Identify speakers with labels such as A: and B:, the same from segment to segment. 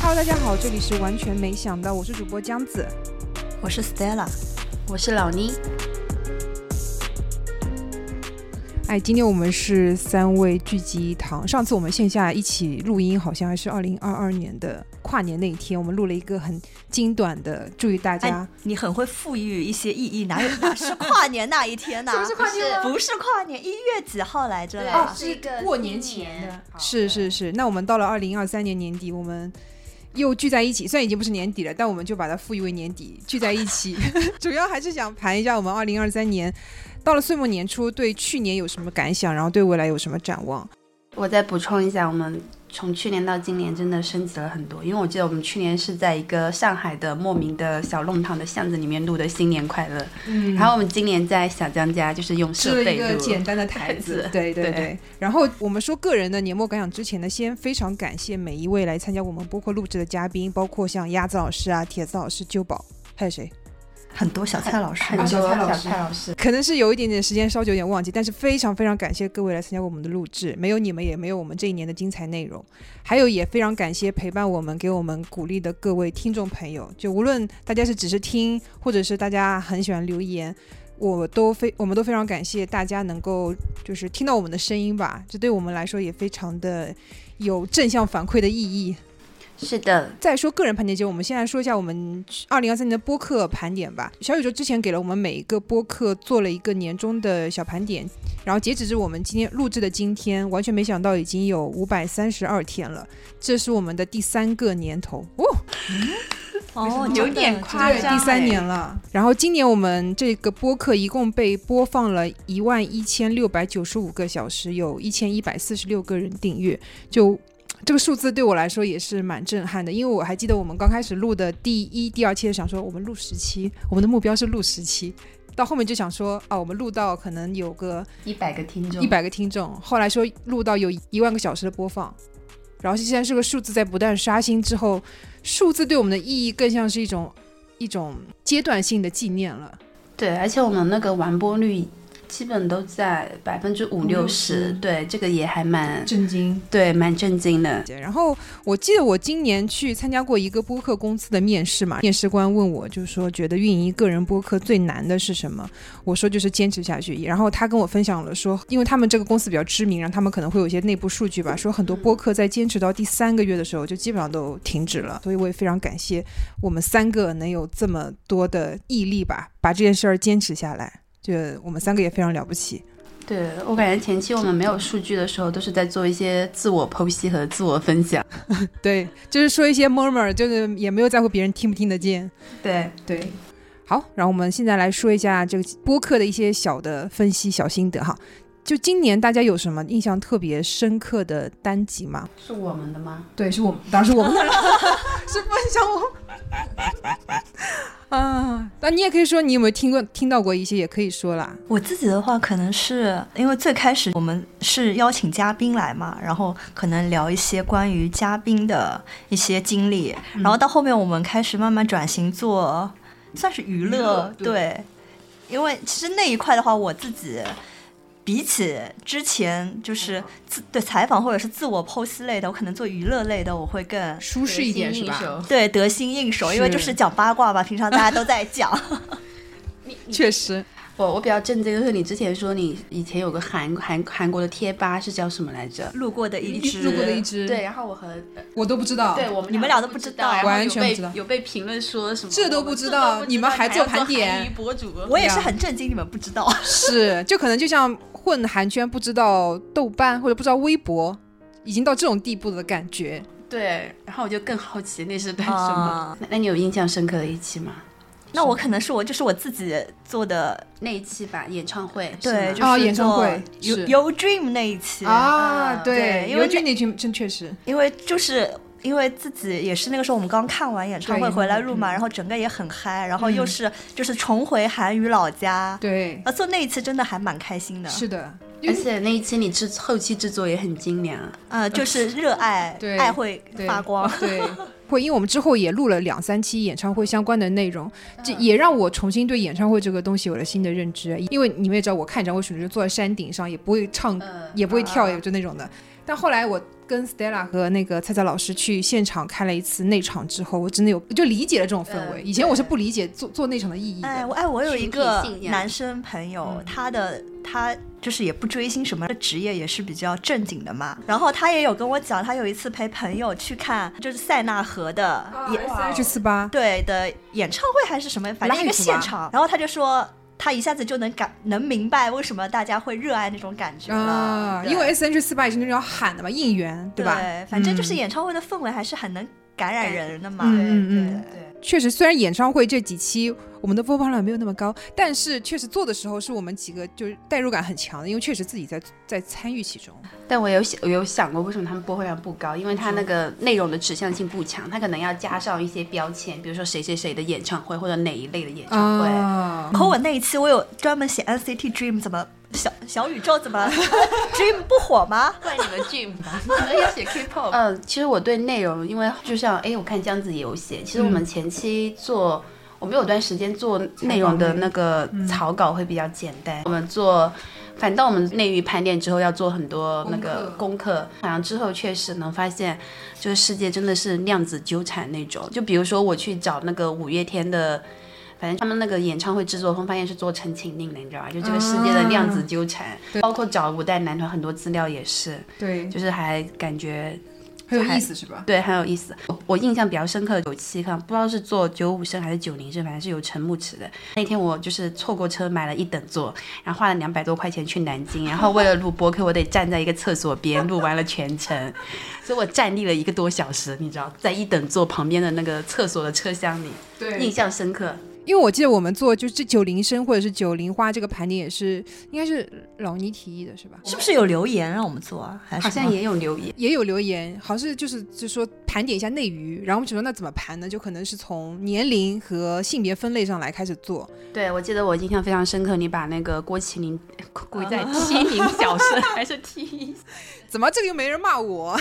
A: Hello，大家好，这里是完全没想到，我是主播江子。
B: 我是 Stella，
C: 我是老倪，
A: 哎，今天我们是三位聚集一堂。上次我们线下一起录音，好像还是二零二二年的跨年那一天，我们录了一个很精短的，祝愿大家
B: 哎，你很会赋予一些意义，哪有哪是跨年那一天 呐、
A: 是不是跨年吗？
B: 不是跨年，一月几号来着
C: 对
B: 来？
A: 呃
C: 啊是一个
A: 哦过
C: 新
A: 年前的
C: 年，
A: 是是是。那我们到了二零二三年年底，我们又聚在一起，虽然已经不是年底了，但我们就把它赋予为年底，聚在一 起。主要还是想盘一下我们二零二三年到了岁末年初，对去年有什么感想，然后对未来有什么展望。
C: 我再补充一下，我们从去年到今年真的升级了很多，因为我记得我们去年是在一个上海的莫名的小弄堂的巷子里面录的新年快乐，
A: 嗯
C: 然后我们今年在小江家就是 用
A: 吃
C: 设
A: 了一
C: 备
A: 个
C: 录，
A: 简单的台子
C: 台子，
A: 对对
C: 对
A: 对。然后我们说个人的年末感想之前呢，先非常感谢每一位来参加我们播客录制的嘉宾，包括像鸭子老师啊、铁子老师、鸠宝，还有谁？
B: 很多小蔡老师
C: 很多
A: 小蔡老师
C: 啊蔡老师，
A: 可能是有一点点时间稍久，有点忘记，但是非常非常感谢各位来参加我们的录制，没有你们也没有我们这一年的精彩内容。还有也非常感谢陪伴我们、给我们鼓励的各位听众朋友，就无论大家是只是听，或者是大家很喜欢留言。我都非我们都非常感谢大家能够就是听到我们的声音吧，这对我们来说也非常的有正向反馈的意义。
C: 是的，
A: 再说个人盘点节，我们先来说一下我们二零二三年的播客盘点吧。小宇宙之前给了我们每一个播客做了一个年终的小盘点，然后截止至我们今天录制的今天，完全没想到已经有五百三十二天了，这是我们的第三个年头哦，
B: 哦，
C: 有
B: 真的
C: 点夸
A: 对
C: 张
A: 第三
C: 哎
A: 年了。然后今年我们这个播客一共被播放了一万一千六百九十五个小时，有一千一百四十六个人订阅，就。这个数字对我来说也是蛮震撼的，因为我还记得我们刚开始录的第一、第二期是想说我们录十期，我们的目标是录十期，到后面就想说啊，我们录到可能有个
C: 一百个听众，
A: 一百个听众，后来说录到有一万个小时的播放，然后现在这个数字在不断刷新之后，数字对我们的意义更像是一种一种阶段性的纪念了。
C: 对，而且我们那个完播率基本都在百分之五六十，
A: 50
C: 对，这个也还蛮
A: 震惊！
C: 对，蛮震惊的。
A: 然后我记得我今年去参加过一个播客公司的面试嘛，面试官问我就说觉得运营一个人播客最难的是什么？我说就是坚持下去。然后他跟我分享了说，因为他们这个公司比较知名，然后他们可能会有一些内部数据吧，说很多播客在坚持到第三个月的时候就基本上都停止了。所以我也非常感谢我们三个能有这么多的毅力吧，把这件事儿坚持下来。就我们三个也非常了不起，
C: 对我感觉前期我们没有数据的时候，都是在做一些自我剖析和自我分享。
A: 对，就是说一些 murmur，就是也没有在乎别人听不听得见。
C: 对，
A: 对，好，然后我们现在来说一下这个播客的一些小的分析、小心得哈。就今年大家有什么印象特别深刻的单集吗？
C: 是我们的吗？
A: 对，是我们，当然是我们的了， 是分享我。 啊，那你也可以说你有没有听过、听到过一些，也可以说啦。
B: 我自己的话，可能是因为最开始我们是邀请嘉宾来嘛，然后可能聊一些关于嘉宾的一些经历，
A: 嗯
B: 然后到后面我们开始慢慢转型做，算是娱乐，
A: 乐对
B: 对因为其实那一块的话，我自己。比起之前
A: 嗯
B: 就是自对采访或者是自我剖析类的，我可能做娱乐类的我会更
A: 舒适一点是吧？？
B: 对得心应手，因为就是是讲八卦吧，平常大家都在讲。
A: 确实，
C: 我我比较震惊的是，你之前说你以前有个韩韩韩国的贴吧是叫什么来着？
B: 路过的一只，
A: 路过的一只，
C: 对，，然后我和
A: 我都不知道。
C: 对我们
B: 你们俩
C: 俩
B: 都
C: 不
B: 不
C: 知
B: 知道
C: 然后
A: 完
C: 有
A: 全
C: 被
A: 不知道
C: 有被评论说什么
A: 这都
C: 我
A: 不知
C: 这
A: 道
C: 都不
A: 你们还
C: 还
A: 做
C: 要
A: 盘点
C: 韩娱博主，
B: 我也是很震惊，你们不知道。
A: 是，就可能就像混韩圈不知道豆瓣或者不知道微博，已经到这种地步的感觉。
C: 对，然后我就更好奇那是段 什么
B: 啊。
C: 那那你有印象深刻的一期吗？
B: 那我可能是我就是我自己做的，
C: 那一期吧，演唱会
B: 对，
C: 是
B: 就
C: 吗
A: 哦
B: 是
A: 演唱
B: 做
A: 会
B: 有
A: 是
B: 有 Dream 那一期，
A: 啊，
C: 啊
A: 对，
B: 呃对因
A: 尤
B: 为啊
A: 俊那群真确实，
B: 因为就是。因为自己也是那个时候，我们刚看完演唱
A: 对
B: 会回来录嘛，
A: 嗯
B: 然后整个也很嗨，然后又
A: 嗯
B: 是就是重回韩语老家，
A: 对，
B: 啊，做那一次真的还蛮开心的，
A: 是 的，
C: 而且那一期你制后期制作也很精良，
B: 呃啊，就是热爱，
A: 呃对
B: 爱会
A: 对
B: 发光，
A: 对，会，因为我们之后也录了两三期演唱会相关的内容，
B: 嗯
A: 这也让我重新对演唱会这个东西有了新的认知。因为你们也知道，我看演唱会属于是坐在山顶上，也不会唱，
B: 嗯
A: 也
B: 啊
A: 不会跳，也就那种的。但后来我跟 Stella 和那个菜菜老师去现场开了一次内场之后，我真的有就理解了这种氛围。
C: 嗯
A: 以前我是不理解做做内场的意义的。
B: 哎，我哎，我有一
C: 群体
B: 个
C: 信仰
B: 男生朋友
A: 嗯，
B: 他的他就是也不追星什么的，职业也是比较正经的嘛。然后他也有跟我讲，他有一次陪朋友去看就是塞纳河的
A: 哦
B: 演、
A: 去四八，
B: 对的演唱会还是什么，反正一
A: Live
B: 个现
A: 吧
B: 场。然后他就说。他一下子就能感能明白为什么大家会热爱那种感觉了，
A: 啊，
B: 对
A: 因为 S H 四八也是那种要喊的嘛，应援，
B: 对
A: 吧？
B: 反正就是
A: 嗯
B: 演唱会的氛围还是很能感染
C: 感
B: 人的嘛。
A: 嗯
B: 对
A: 嗯
B: 对
C: 对，
A: 确实，虽然演唱会这几期我们的播放量没有那么高，但是确实做的时候是我们几个就是代入感很强的，因为确实自己在在参与其中。
C: 但我有想，我有想过为什么他们播放量不高，因为他那个内容的指向性不强，他可能要加上一些标签，比如说谁谁谁的演唱会或者哪一类的演唱会。
A: 啊，
B: 可我那一期我有专门写 NCT Dream 怎么小小宇宙怎么 Dream 不火吗？
D: 怪你们 Dream 吧，你们要写 K-pop。
C: 嗯、其实我对内容，因为就像哎，我看姜子也有写，其实我们前期做。我们有段时间做内容的那个草稿会比较简单，我们做，反倒我们内娱盘点之后要做很多那个功课，好像之后确实能发现，这个世界真的是量子纠缠那种。就比如说我去找那个五月天的，反正他们那个演唱会制作方发现是做《陈情令》的，你知道吧？就这个世界的量子纠缠，包括找五代男团很多资料也是，
A: 对，
C: 就是还感觉
A: 很有意思是吧？
C: 对，很有意思。我我印象比较深刻的有期看，不知道是坐九五生还是九零生，反正是有陈牧驰的。那天我就是错过车，买了一等座，然后花了两百多块钱去南京，然后为了录播客，我得站在一个厕所边录完了全程，所以我站立了一个多小时，你知道，在一等座旁边的那个厕所的车厢里，印
A: 对，
C: 象深刻。
A: 因为我记得我们做就是这九零生或者是九零花这个盘点也是应该是老倪提议的是吧？
B: 是不是有留言让我们做啊？还是
C: 好像也有留言，
A: 也有留言，好像是就是就说盘点一下内娱，然后我们就说那怎么盘呢？就可能是从年龄和性别分类上来开始做。
C: 对我记得我印象非常深刻，你把那个郭麒麟归在七名小生还是 T 一
A: 怎么这个又没人骂我？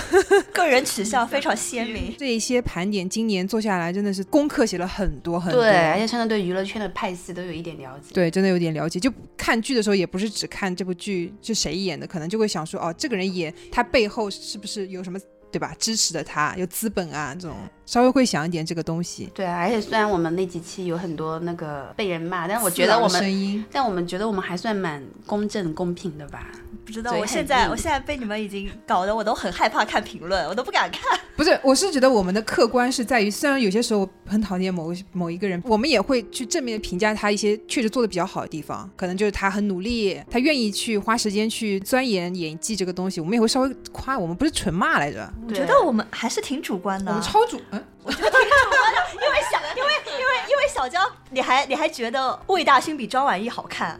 B: 个人取向非常鲜明。
A: 这一些盘点，今年做下来真的是功课写了很多很多。
C: 对，而且真的对娱乐圈的派系都有一点了解。
A: 对，真的有点了解。就看剧的时候，也不是只看这部剧是谁演的，可能就会想说，哦，这个人演他背后是不是有什么，对吧？支持的他有资本啊，这种稍微会想一点这个东西。
C: 对啊，而且虽然我们那几期有很多那个被人骂，但我
A: 刺
C: 觉得
A: 耳的
C: 我们，
A: 声音
C: 但我们觉得我们还算蛮公正公平的吧。
B: 不知道，
C: 嘴
B: 我
C: 很
B: 现在
C: 硬
B: 我现在被你们已经搞得我都很害怕看评论，我都不敢看。
A: 不是，我是觉得我们的客观是在于，虽然有些时候我很讨厌某个某一个人，我们也会去正面地评价他一些确实做的比较好的地方，可能就是他很努力，他愿意去花时间去钻研演技这个东西，我们也会稍微夸，我们不是纯骂来着，
B: 我
C: 对
B: 觉得我们还是挺主观
A: 我
B: 的啊
A: 们，超主，嗯，
B: 因为小因为因为因为小娇，你还你还觉得魏大勋比张晚意好看？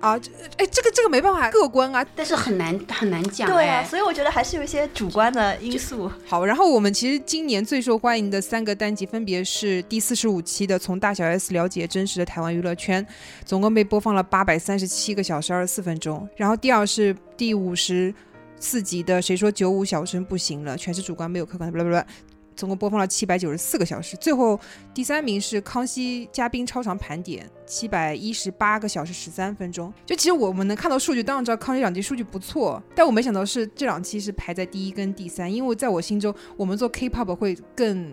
A: 啊，这哎，这个这个没办法客观啊，
C: 但是很难很难讲、哎。
B: 对啊，所以我觉得还是有一些主观的因素。
A: 好，然后我们其实今年最受欢迎的三个单集分别是第四十五期的《从大小 S 了解真实的台湾娱乐圈》，总共被播放了八百三十七个小时二十四分钟。然后第二是第五十四集的《谁说九五小生不行了》，全是主观没有客观的，blah blah blah，总共播放了七百九十四个小时。最后第三名是《康熙嘉宾超长盘点》，七百一十八个小时十三分钟。就其实我们能看到数据，当然知道康熙两期数据不错，但我没想到是这两期是排在第一跟第三，因为在我心中，我们做 K-pop 会更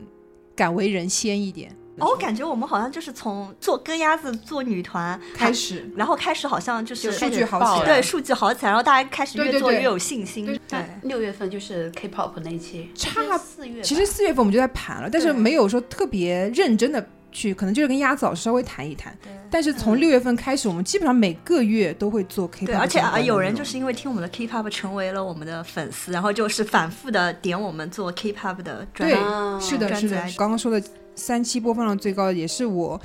A: 敢为人先一点。
B: 哦，我感觉我们好像就是从做跟鸭子做女团
A: 开始。
B: 然后开始好像就是
A: 数
C: 开
A: 据
C: 始
A: 好
C: 爆
A: 起
C: 了
B: 对数据好起来，然后大家开始
A: 对
B: 越
A: 对
B: 做
A: 对
B: 越有信心。
A: 对
C: 但六月份就是 K-pop 那一期，
A: 差
C: 就是四月吧。
A: 其实四月份我们就在盘了，但是
C: 对
A: 没有说特别认真的去，可能就是跟鸭子老师稍微谈一谈。
C: 对
A: 但是从六月份开始，我们基本上每个月都会做 K-pop 相关的内
B: 嗯对，
A: 容。
B: 而且啊，有人就是因为听我们的 K-pop 成为了我们的粉丝，然后就是反复的点我们做 K-pop 的专
A: 对
B: 栏。
C: 啊
A: 是的，
B: 专
A: 是的
B: 辑，
A: 刚刚说的三期播放量最高的也是我。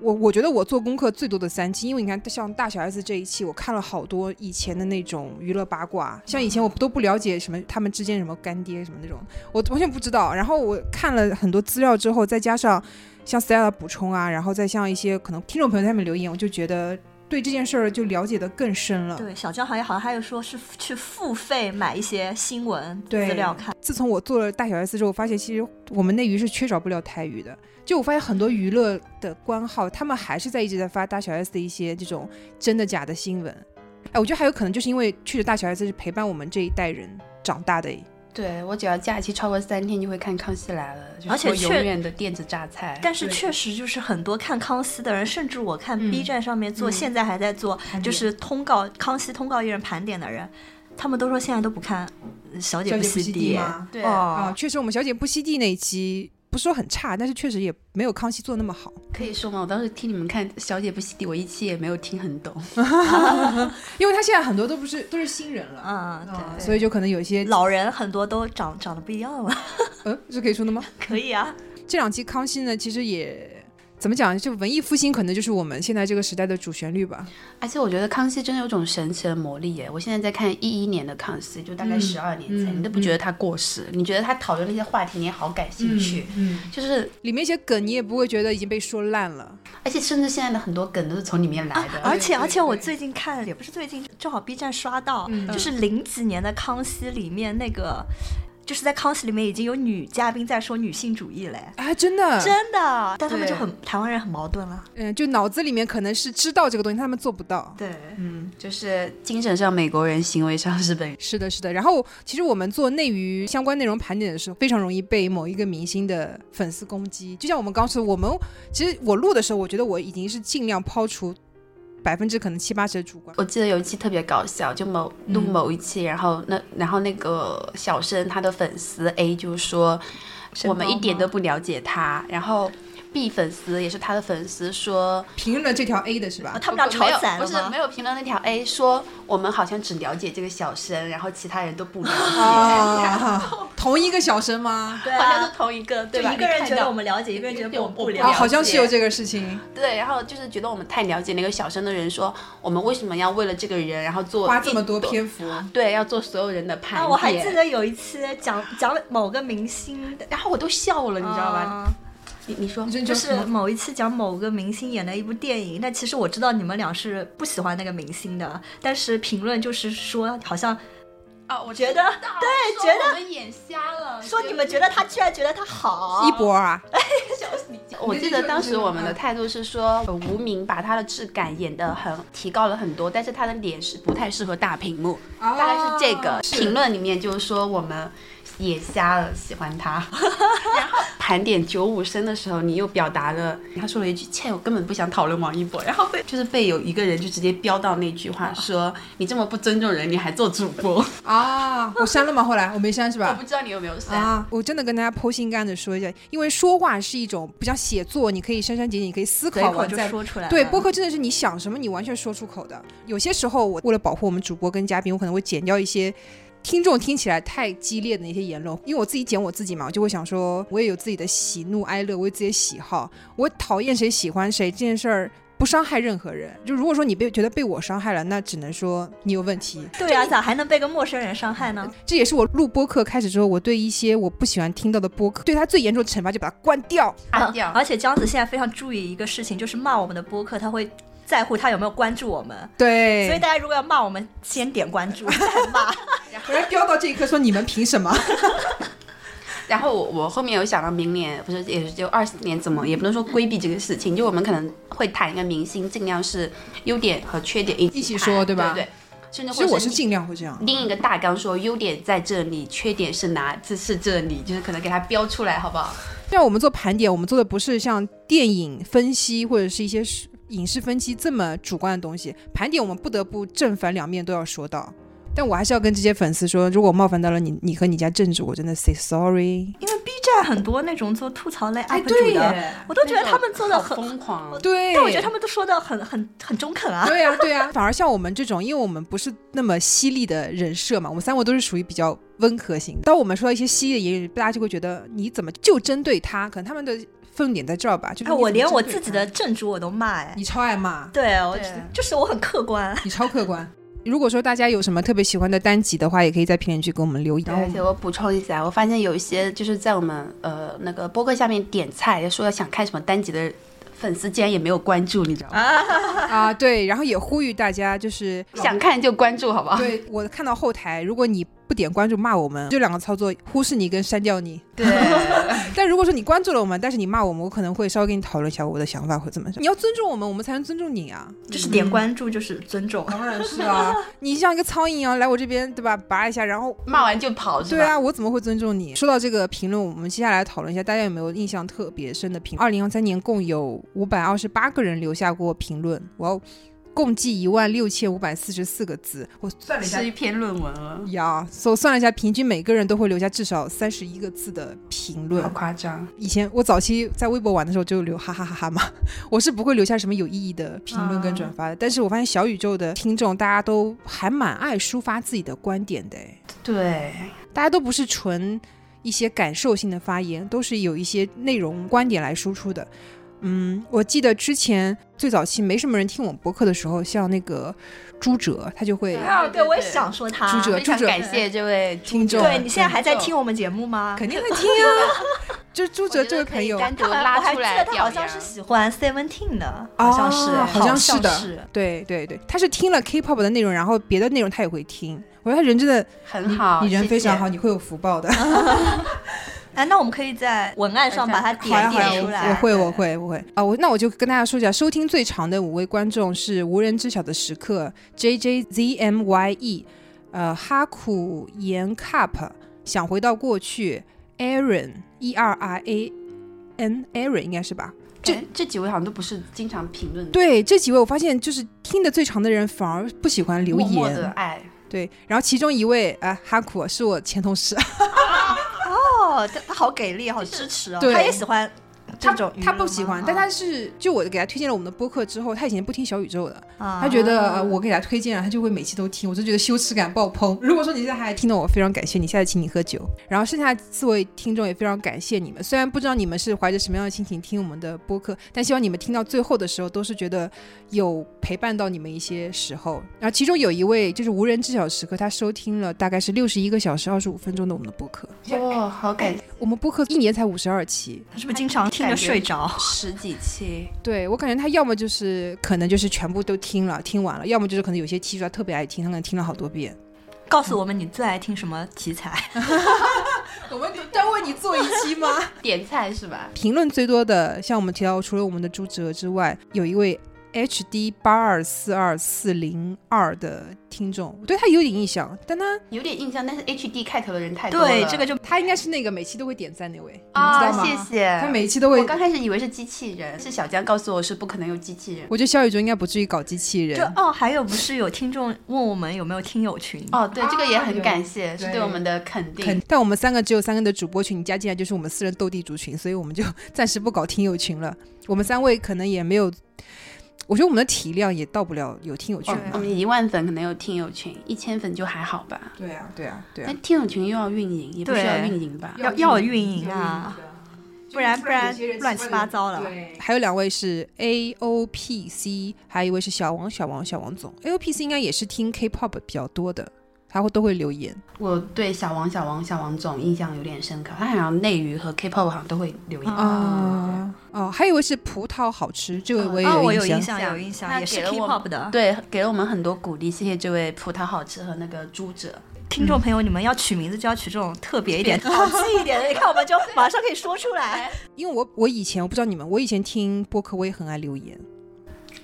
A: 我我觉得我做功课最多的三期，因为你看，像大小 S 这一期，我看了好多以前的那种娱乐八卦，像以前我都不了解什么他们之间什么干爹什么那种，我完全不知道。然后我看了很多资料之后，再加上像 Stella 补充啊，然后再像一些可能听众朋友在下面留言，我就觉得对这件事儿就了解的更深了。
B: 对，小张行业好像还有说是去付费买一些新闻资
A: 对
B: 料看，
A: 自从我做了大小 S 之后，我发现其实我们内娱是缺少不了台娱的。就我发现很多娱乐的官号，他们还是在一直在发大小 S 的一些这种真的假的新闻。哎，我觉得还有可能就是因为去了大小 S 是陪伴我们这一代人长大的。
C: 对我只要假期超过三天就会看《康熙来了》，就是
B: 而且
C: 我永
B: 确
C: 远的电子榨菜。
B: 但是
C: 对
B: 确实就是很多看康熙的人，甚至我看
A: 嗯
B: B 站上面做，
C: 嗯
B: 现在还在做，
A: 点
B: 就是通告康熙通告艺人盘点的人，他们都说现在都不看《小姐
A: 小
B: 不
A: 姐不
B: 息
A: 息
B: 地
A: 地》吗
C: 对
A: 啊，
B: 哦，
A: 确实我们《小姐不息地》那一期不是说很差，但是确实也没有康熙做那么好。
C: 可以说吗？我当时听你们看《小姐不息地》，我一期也没有听很懂。
A: 因为他现在很多都不是都是新人了，
B: 嗯，
A: 啊
B: 对，
A: 所以就可能有一些
B: 老人很多都长长得不一样 了，
A: 呃是可以说的吗？
B: 可以 啊，
A: 这两期康熙呢，其实也怎么讲，就文艺复兴可能就是我们现在这个时代的主旋律吧。
C: 而且我觉得康熙真的有种神奇的魔力耶！我现在在看一一年的康熙，就大概
A: 嗯
C: 十二年前，
A: 嗯
C: 你都不觉得他过时，你觉得他讨论那些话题你也好感兴趣，
A: 嗯，
C: 就是
A: 里面一些梗你也不会觉得已经被说烂了。
C: 而且甚至现在的很多梗都是从里面来的。
B: 啊而且
A: 哎对
B: 而且我
A: 对
B: 最近看也不是最近，正好 B 站刷到，
A: 嗯
B: 就是零几年的《康熙》里面那个，就是在《康熙》里面已经有女嘉宾在说女性主义嘞。
A: 哎，真的，
B: 真的，但他们
C: 对
B: 就很台湾人很矛盾了。
A: 嗯，就脑子里面可能是知道这个东西，但他们做不到。
B: 对，
A: 嗯，
C: 就是精神上美国人，行为上日本人。
A: 是的，是的。然后其实我们做内娱相关内容盘点的时候，非常容易被某一个明星的粉丝攻击。就像我们刚说，我们其实我录的时候，我觉得我已经是尽量抛除百分之可能七八十的主观。
C: 我记得有一期特别搞笑，就某录
A: 嗯
C: 某一期，然后那然后那个小生他的粉丝 A 就说，
B: 神
C: 我们
B: 猫
C: 一点
B: 吗
C: 都不了解他，然后 B 粉丝也是他的粉丝说，
A: 评论了这条 A 的是吧？
B: 啊他们俩吵起来
C: 不
B: 了
C: 是没
B: 吗？
C: 有评论那条 A 说我们好像只了解这个小生，然后其他人都不了
B: 哦
C: 解，
A: 啊，同一个小生吗？
B: 对
C: 好像
B: 啊
C: 是，同一个
B: 就
C: 对吧？
B: 一个人
C: 你
B: 觉
C: 看
B: 得
C: 到
B: 我们了解，一个人觉得我们不
C: 我不
B: 了
A: 啊，
B: 解。
A: 好像是有这个事情，
C: 对，然后就是觉得我们太了解那个小生的人说，我们为什么要为了这个人然后做
A: 花这么多
C: 片？
A: 篇幅，
C: 对，要做所有人的盘
B: 啊，
C: 点。
B: 我还记得有一期讲讲某个明星的，
C: 然后我都笑了，
B: 你
C: 你知道吧？？你你说
A: 你说你
B: 就
A: 叫什
B: 是
A: 么？
B: 某一期讲某个明星演的一部电影，但其实我知道你们俩是不喜欢那个明星的，但是评论就是说好像
C: 啊，我
B: 觉得
C: 对
B: 觉得
C: 我们眼瞎了，
B: 说你们觉得他居然觉得他好，
A: 一博啊，
C: 我记得当时我们的态度是说，呃无名把他的质感演得很提高了很多，但是他的脸是不太适合大屏幕，大概啊是这个。评论里面就是说我们眼瞎了，喜欢 他。然后盘点九五生的时候，你又表达了，他说了一句“切，我根本不想讨论王一博”，然后被 就是被有一个人就直接飙到那句话说：“你这么不尊重人，你还做主播
A: 啊，我删了吗？后来我没删是？”
C: 我
A: 吧
C: 不？知道你有没有删。
A: 啊，我真的跟大家剖心肝的说一下，因为说话是一种比较写作，你可以删删减减，你可以思
B: 随
A: 考
B: 口
A: 完
B: 就
A: 再
B: 说出来了。
A: 对，播客真的是你想什么，你完全说出口的。有些时候，我为了保护我们主播跟嘉宾，我可能会剪掉一些听众听起来太激烈的那些言论，因为我自己剪我自己嘛，我就会想说，我也有自己的喜怒哀乐，我有自己的喜好，我讨厌谁喜欢谁这件事儿。不伤害任何人，就如果说你被觉得被我伤害了，那只能说你有问题。
B: 对啊，咋还能被个陌生人伤害呢？
A: 这也是我录播客开始之后，我对一些我不喜欢听到的播客，对他最严重的惩罚就把它关掉。
C: 擦掉
B: 嗯而且姜子现在非常注意一个事情，就是骂我们的播客，他会在乎他有没有关注我们。
A: 对，
B: 所以大家如果要骂我们，先点 关注再骂。
A: 我要飙到这一刻，说你们凭什么？
C: 然后我我后面有想到明年不是也是就二四年怎么也不能说规避这个事情，就我们可能会谈一个明星，尽量是优点和缺点一
A: 一起
C: 谈
A: 说对
C: 对
A: 吧
C: 对甚至
A: 其实
C: 或
A: 我
C: 者
A: 是尽量会这样。
C: 另一个大纲说优点在这里，缺点是哪这是这里，就是可能给它标出来，好不好？
A: 像我们做盘点，我们做的不是像电影分析或者是一些视影视分析这么主观的东西。盘点我们不得不正反两面都要说到，但我还是要跟这些粉丝说，如果我冒犯到了你，你和你家正主，我真的 say sorry。
B: 因为 B 站很多那种做吐槽类 UP
A: 哎对
B: 主的，
A: 耶
C: 啊
B: 我都觉得他们做的
C: 好
B: 很，
C: 疯狂，
A: 对，
B: 但我觉得他们都说的很很很中肯啊。
A: 对呀、对呀、反而像我们这种，因为我们不是那么犀利的人设嘛，我们三个都是属于比较温和型的。当我们说到一些犀利的言语，大家就会觉得你怎么就针对他？可能他们的分点在这儿吧。就是
B: 哎，
A: 你
B: 我
A: 怎么
B: 连我
A: 针对
B: 自己
A: 他
B: 的，正主我都骂哎。
A: 你超爱骂，
B: 啊对，我
C: 对
B: 就是我很客观。
A: 你超客观。如果说大家有什么特别喜欢的单集的话，也可以在评论区给我们留言。
C: 对而且我补充一下，我发现有一些就是在我们呃那个播客下面点菜，说要想看什么单集的粉丝竟然也没有关注，你知道吗？
A: 啊，对，然后也呼吁大家就是
C: 想看就关注，好不好？
A: 对我看到后台，如果你不点关注骂我们，就两个操作：忽视你跟删掉你。
C: 对，
A: 但如果说你关注了我们，但是你骂我们，我可能会稍微跟你讨论一下我的想法或怎么样。你要尊重我们，我们才能尊重你啊！
B: 就是点关注就是尊重。
A: 当然是啊， 你像一个苍蝇一样来我这边，对吧？拔一下，然后
C: 骂完就跑，是吧？
A: 对啊，我怎么会尊重你？说到这个评论，我们接下来讨论一下，大家有没有印象特别深的评论？二零二三年共有五百二十八个人留下过评论，哇哦，共计一万六千五百四十四个字。我算了一下
C: 是一篇论文了，
A: 呀，所以我算了一下，平均每个人都会留下至少三十一个字的评论
C: 好。夸张。
A: 以前我早期在微博玩的时候就留哈哈哈哈嘛， 我是不会留下什么有意义的评论
C: 啊
A: 跟转发的。但是我发现小宇宙的听众大家都还蛮爱抒发自己的观点的，哎
C: 对，
A: 大家都不是纯一些感受性的发言，都是有一些内容观点来输出的。嗯，我记得之前最早期没什么人听我博客的时候，像那个朱哲，他就会
C: 对
B: 啊，对，我也想说他。
A: 朱哲
C: 非常
A: 朱哲
C: 感谢这位
A: 听众
B: 对你现在还在听我们节目吗？
A: 肯定会 听啊。 就朱哲这位朋友
D: 我觉得可以，单独
B: 我
D: 拉
B: 还
D: 出
B: 记
D: 来
B: 得他
D: 表
B: 好像
D: 扬。
B: 是喜欢 Seventeen 的，
A: 啊
B: 好像是，
A: 好像是
B: 是
A: 的对对对，他是听了 K-pop 的内容，然后别的内容他也会听。我觉得他人真的，
C: 很好，
A: 你人非常
C: 谢谢
A: 好，。你会有福报的。
B: 哎，那我们可以在文案上把它
A: 好呀
B: 哎点
A: 好呀，
B: 点出
A: 我我
B: 来。
A: 会我会我会啊！我那我就跟大家说一下，收听最长的五位观众是无人知晓的时刻 J J Z M Y E，呃哈苦盐 cup 想回到过去 Aaron E R R A N Aaron 应该是吧？这
C: 这这几位好像都不是经常评论，，
A: 对这几位，我发现就是听的最长的人反而不喜欢留
C: 默
A: 言。
C: 默的爱，
A: 对，然后其中一位啊、哈苦是我前同事，
B: 哦，他他好给力，好支持哦。
A: 对
B: 他也喜欢这
A: 他
B: 种
A: 他不喜欢，但
B: 啊
A: 他是就我给他推荐了我们的播客之后，他以前不听小宇宙的，
B: 啊
A: 他觉得、呃我给他推荐了，他就会每期都听，我就觉得羞耻感爆棚。如果说你现在还听到我，非常感谢你，下次请你喝酒。然后剩下四位听众也非常感谢你们，虽然不知道你们是怀着什么样的心情听我们的播客，但希望你们听到最后的时候都是觉得有陪伴到你们一些时候。然后其中有一位就是无人知晓时刻，他收听了大概是六十一个小时二十五分钟的我们的播客。
C: 哇，好感
A: 我们播客一年才五十二期，
B: 他是不是经常听着睡着？
C: 十几期，
A: 对我感觉他要么就是可能就是全部都听了听完了，要么就是可能有些期数他特别爱听，他可能听了好多遍。
B: 告诉我们你最爱听什么题材？
A: 我们单为你做一期吗？
C: 点菜是吧？
A: 评论最多的，像我们提到，除了我们的朱哲之外，有一位 H D 八二四二四零二的听众，我对他有点印象，但他
C: 有点印象，但是 H D 开头的人太多 了。
B: 对，这个就
A: 他应该是那个每期都会点赞那位，
C: 啊
A: 你知道吗？
C: 谢谢。
A: 他每期都
C: 我
A: 会。
C: 刚开始以为是机器人，是小江告诉我是不可能有机器人。
A: 我觉得小宇宙应该不至于搞机器
B: 就
A: 人，
B: 哦，还有不是有听众问我们有没有听友群？
C: 哦，对，这个也
A: 有
C: 很感谢，是
A: 对
C: 啊对我们的肯定。
A: 肯。但我们三个只有三个的主播群，你加进来就是我们私人斗地主群，所以我们就 暂时不搞听友群了。我们三位可能也没有，我觉得我们的体量也到不了有听友群
C: 哦
A: 吧。
C: 我们一万粉可能有听友群，一千粉就还好吧。
A: 对啊，对啊，对
C: 但听友群又要运营，也不需要运营吧？
B: 要要有运营啊，不然不然乱七八糟了。
A: 还有两位是 A O P C，还有一位是小王，小王，小王总。A O P C 应该也是听 K-pop 比较多的，他会都会留言。
C: 我对小王、小王、小王总印象有点深刻，他好像内娱和 K-pop 好像都会留言。
A: 啊哦，还有一位是葡萄好吃，这位我也
B: 哦，我有
A: 印
B: 印象，有印
C: 那
B: 象，也是
C: 给了我们
B: K-pop 的。
C: 对，给了我们很多鼓励，谢谢这位葡萄好吃和那个朱者。
B: 听众朋友，你们要取名字就要取这种特别一点、好记一点的，你看我们就马上可以说出 来。
A: 因为我我以前我不知道你们，我以前听播客我也很爱留言。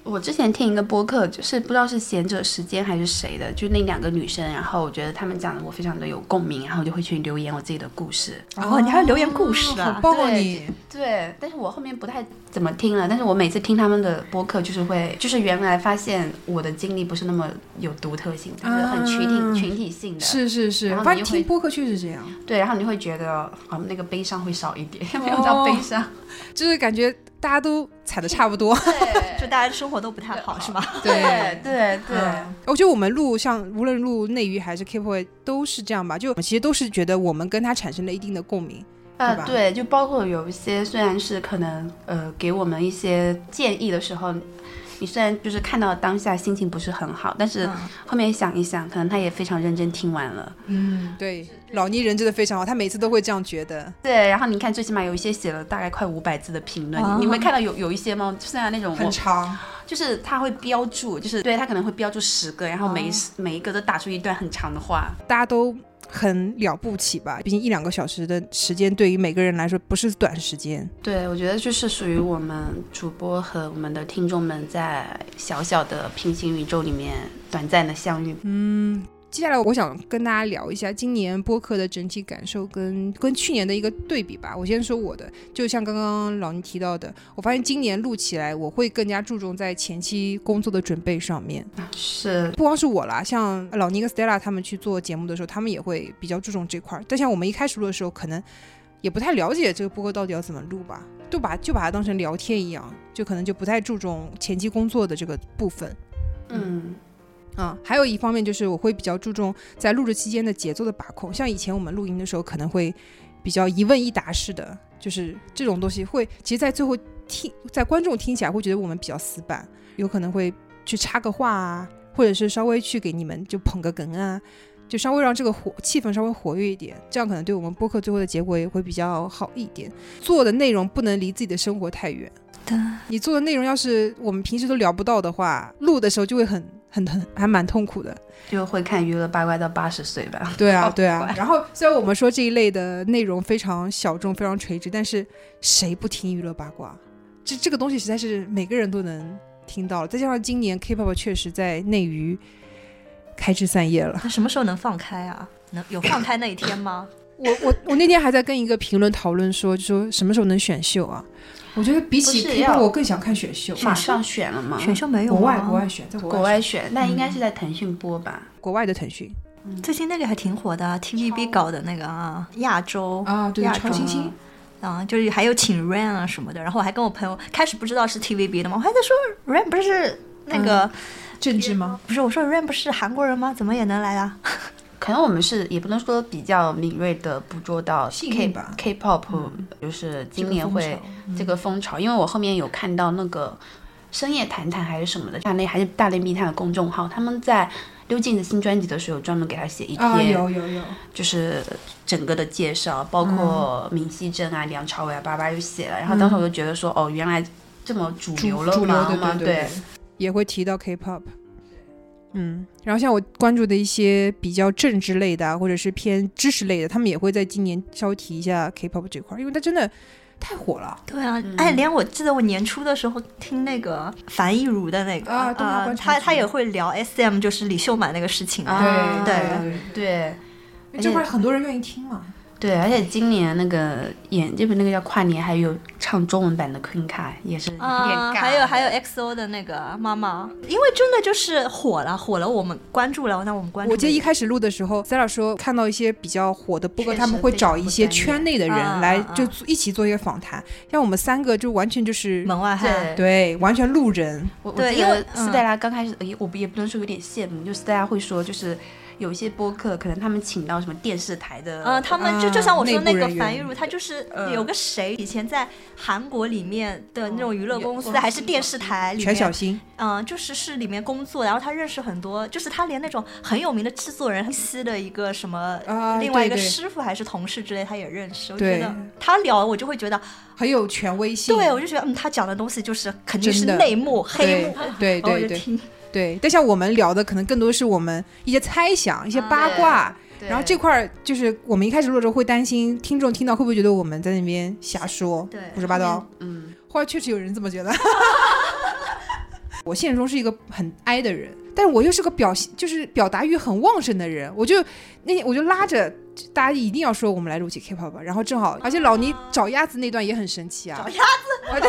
C: 我之前听一个播客，就是不知道是贤者时间还是谁的，就那两个女生，然后我觉得她们讲的我非常的有共鸣，然后我就会去留言我自己的故事。
B: 哦，你还留言故事
A: 好
B: 啊？
A: 棒哦
C: 对
A: 你！
C: 对，但是我后面不太怎么听了，但是我每次听他们的播客，就是会，就是原来发现我的经历不是那么有独特性，就是很群体、
A: 啊
C: 群体性的，
A: 是是是，
C: 然
A: 我
C: 后你
A: 发现
C: 就会
A: 听播客确实这样，
C: 对，然后你会觉得啊、那个悲伤会少一点， 没有到悲伤，
A: 就是感觉大家都踩的差不多。
B: 就大家生活都不太好，是吗？
C: 对对对，
A: 我觉得我们录像，无论录内娱还是 K-pop 都是这样吧，就我们其实都是觉得我们跟他产生了一定的共鸣。
C: 啊
A: 对吧，
C: 对，就包括有一些虽然是可能呃给我们一些建议的时候，你虽然就是看到当下心情不是很好，但是后面想一想，可能他也非常认真听完了。
A: 嗯，对，老倪人真的非常好，他每次都会这样觉得。
C: 对，然后你看，最起码有一些写了大概快五百字的评论，
B: 啊
C: 你你会看到有有一些吗？虽然那嗯种我
A: 很长，
C: 就是他会标注，就是对他可能会标注十个，然后每一、每一个都打出一段很长的话。
A: 大家都很了不起吧？毕竟一两个小时的时间对于每个人来说不是短时间。
C: 对，我觉得就是属于我们主播和我们的听众们在小小的平行宇宙里面短暂的相遇。
A: 接下来我想跟大家聊一下今年播客的整体感受跟跟去年的一个对比吧。我先说我的，就像刚刚老倪提到的，我发现今年录起来我会更加注重在前期工作的准备上面。
C: 是，
A: 不光是我啦，像老倪跟 Stella 他们去做节目的时候，他们也会比较注重这块儿。但像我们一开始录的时候，可能也不太了解这个播客到底要怎么录吧，就把就把它当成聊天一样，就可能就不太注重前期工作的这个部分。
C: 嗯，
A: 嗯，还有一方面就是我会比较注重在录制期间的节奏的把控。像以前我们录音的时候，可能会比较一问一答式的，就是这种东西会，其实，在最后听，在观众听起来会觉得我们比较死板，有可能会去插个话啊，或者是稍微去给你们就捧个哏啊，就稍微让这个活气氛稍微活跃一点，这样可能对我们播客最后的结果也会比较好一点。做的内容不能离自己的生活太远。
B: 对
A: 你做的内容要是我们平时都聊不到的话，录的时候就会很很很还蛮痛苦 的。
C: 就会看娱乐八卦到八十岁吧。
A: 对啊，
C: 好
A: 对啊
C: 怪。
A: 然后虽然我们说这一类的内容非常小众、非常垂直，但是谁不听娱乐八卦？这这个东西实在是每个人都能听到了。再加上今年 K-pop 确实在内娱开枝散叶了。
B: 他什么时候能放开啊？能有放开那一天吗？
A: 我我我那天还在跟一个评论讨论说，就说什么时候能选秀啊？我觉得比起
C: 不是要
A: K-pop，我更想看选秀。
C: 马上选嗯了吗？
B: 选秀没有
A: 国外
B: 啊
A: 国外选，在国
C: 国
A: 外
C: 外
A: 选
C: 选，那应该是在腾讯播吧？
A: 国外的腾讯
B: 最近那个还挺火的啊，TVB 搞的那个啊，亚洲
A: 啊，对，
B: 亚
A: 超
B: 洲
A: 新星。
B: 啊，就是还有请 Rain 啊什么的。然后我还跟我朋友开始不知道是 TVB 的嘛，我还在说 Rain 不是那个、
A: 政治吗？
B: 不是，我说 Rain 不是韩国人吗？怎么也能来啊？
C: 可能我们是也不能说比较敏锐的捕捉到
A: 幸
C: K
A: 运吧
C: K-pop，、就是今年会嗯这个风潮，因嗯为我后面有看到那个深夜谈谈还是什么的，大内还是大内密探的公众号，他们在溜进的新专辑的时候专门给他写一
A: 啊，
C: 篇，
A: 有有有，
C: 就是整个的介绍，包括明熙珍啊、梁朝伟啊、巴巴就写了，然后当时我就觉得说，哦，原来这么主
A: 主
C: 流了
A: 主流
C: 吗？
A: 对
C: 吗？
A: 对对，也会提到 K-pop。嗯，然后像我关注的一些比较政治类的、啊，或者是偏知识类的，他们也会在今年稍微提一下 K-pop 这块儿，因为它真的太火了。
B: 对啊，
A: 嗯
B: 哎，连我记得我年初的时候听那个樊亦茹的那个
A: 啊动画观察
B: 他
A: 局
B: 他也会聊 SM，就是李秀满那个事情啊。
C: 啊
B: 对
C: 对
A: 对，这块儿很多人愿意听嘛。
C: 对，而且今年那个演这边那个叫跨年，还有唱中文版的 Queen 卡也是有点
B: 啊，
C: 尬。
B: 还有还有 XO 的那个妈妈，因为真的就是火了，火了，我们关注了，那我们关注。
A: 我记得一开始录的时候 s a r a 说看到一些比较火的播客，他们会找一些圈内的人
B: 啊
A: 来
B: 啊
A: 就一起做一个访谈，像我们三个就完全就是
B: 门外汉，
C: 对
A: 对完全路人，
C: 我我
B: 对
C: 记
B: 因为
C: 得斯黛拉刚开始，也我也不能说有点羡慕，就斯黛拉会说，就是有一些播客可能他们请到什么电视台的，
B: 嗯，他们就
A: 啊
B: 就像我说
A: 内部
B: 那个
A: 人员
B: 樊玉茹，她就是有个谁以前在韩国里面的那种娱乐公司
C: 有有
B: 还是电视台
A: 哦
B: 里
A: 全小
B: 面，
A: 新。
B: 嗯，就是是里面工作，然后她认识很多，就是她连那种很有名的制作人西的一个什么
A: 啊
B: 另外一
A: 对
B: 个
A: 对
B: 师傅还是同事之类，她也认识。我
A: 对
B: 觉得她聊，我就会觉得，
A: 很有权威性。
B: 对我就觉得，嗯，她讲的东西就是肯定是
A: 真的
B: 内幕黑幕，
A: 对
B: 哦然后我
A: 对
B: 就
A: 对
B: 听。
A: 对。但像我们聊的，可能更多是我们一些猜想、一
B: 啊
A: 些八卦。
C: 对
A: 然后这块儿就是我们一开始录的时候会担心听众听到会不会觉得我们在那边瞎说
B: 对，
A: 胡说八道。
C: 嗯，
A: 后来确实有人这么觉得。 我现实中是一个很 I 的人，但是我又是个表现就是表达欲很旺盛的人，我就那天我就拉着大家一定要说我们来录起 K-pop 吧，然后正好，而且老倪找鸭子那段也很神奇啊
B: 啊找
C: 然后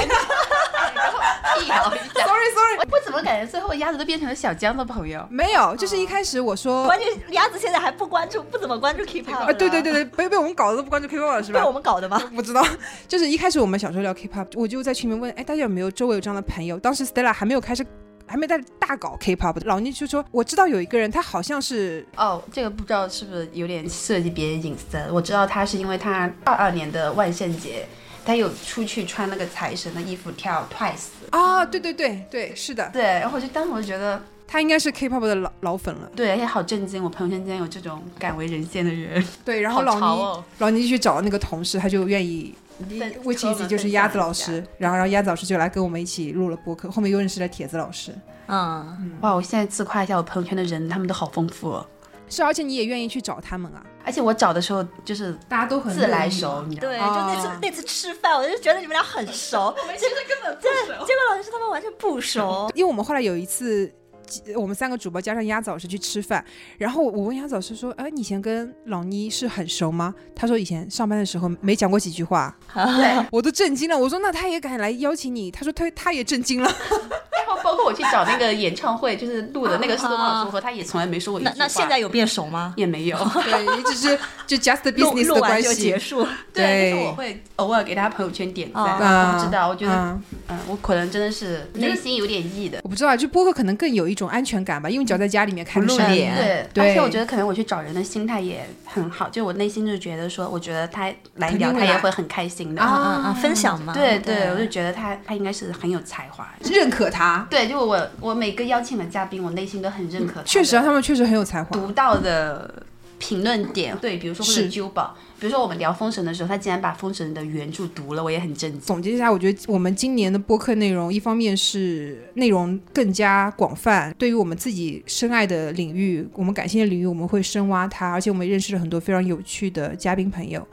C: 辟谣 一下，
A: ，sorry sorry，
C: 我我怎么感觉最后鸭子都变成了小江的朋友？
A: 没有，就是一开始我说
B: 关键鸭子现在还不关注，不怎么关注 K-pop
A: 啊，对对对，对，被被我们搞得都不关注 K-pop 了是
B: 被
A: 吧
B: 我？们搞的吧？
A: 不知道， 就是一开始我们小时候聊 K-pop，我就在群里面问，哎，大家有没有周围有这样的朋友？当时 Stella 还没有开始，还没在大搞 K-pop，老倪就说我知道有一个人，他好像是
C: 哦，这个不知道是不是有点涉及别人隐私？我知道他是因为他二二年的万圣节他有出去穿那个财神的衣服跳 Twice，
A: 啊，对对对对，是的，
C: 对，然后我就当时我就觉得，
A: 他应该是 K-pop 的老老粉了。
C: 对，而哎且好震惊，我朋友圈竟然有这种敢为人先的人，
A: 对，然后
D: 好潮
A: 老倪、
D: 哦
A: 老倪去找那个同事，他就愿意
C: 分
A: 为
C: 跟
A: 奇
C: 我
A: 迹
C: 们
A: 就是
C: 分
A: 鸭
C: 享
A: 子
C: 一
A: 老
C: 下
A: 师，然后然后鸭子老师就来跟我们一起录了播客，后面又认识了铁子老师。
B: 嗯，
C: 哇！我现在自夸一下我朋友圈的人，他们都好丰富哦。
A: 是，而且你也愿意去找他们啊，
C: 而且我找的时候就是
A: 大家都很
C: 自来熟，你知道吗？
B: 对，就那次、
A: 哦
B: 那次吃饭，我就觉得你们俩很熟，
D: 我们其实根本不熟。
B: 结果老师他们完全 不熟。
A: 因为我们后来有一次，呃我们三个主播加上鸭子老师去吃饭，然后我问鸭子老师说：“哎，你以前跟老倪是很熟吗？”他说以前上班的时候没讲过几句话，
C: 对，
A: 我都震惊了。我说那他也敢来邀请你？他说他他也震惊了。
C: 然后包括我去找那个演唱会，就是录的那个苏东老
D: 啊
C: 师和他也从来没说过一句
B: 那
C: 话。
B: 那现在有变熟吗？
C: 也没有。
A: 对，只是就 just
B: 录
A: business
B: 录
A: 的
B: 完
A: 关
B: 就结
A: 系。
B: 束。
A: 对
C: 对，就是我会偶尔给他朋友圈点赞，
A: 啊
C: 我不知道，我觉得，
A: 嗯，
C: 嗯，我可能真的是内心有点 E 的。
A: 我不知道，就播客可能更有一种安全感吧，因为你只要在家里面看
B: 不露
A: 着
B: 脸
C: 对，
A: 对
C: 而且我觉得可能我去找人的心态也很好，就我内心就觉得说，我觉得他来
A: 肯定
C: 聊，
A: 会
C: 他也
A: 来
C: 会很开心的。
A: 啊
B: 嗯嗯，分享嘛。
C: 对对，我就觉得他他应该是很有才华。
A: 认可他，
C: 对，就我我每个邀请的嘉宾，我内心都很认可。
A: 确实啊，他们确实很有才华。
C: 独到的评论点，对，比如说或者
A: 是
C: 揪宝，比如说我们聊《封神》的时候，他竟然把《封神》的原著读了，我也很震惊。
A: 总结一下，我觉得我们今年的播客内容，一方面是内容更加广泛，对于我们自己深爱的领域，我们感兴趣的领域，我们会深挖它，而且我们也认识了很多非常有趣的嘉宾朋友。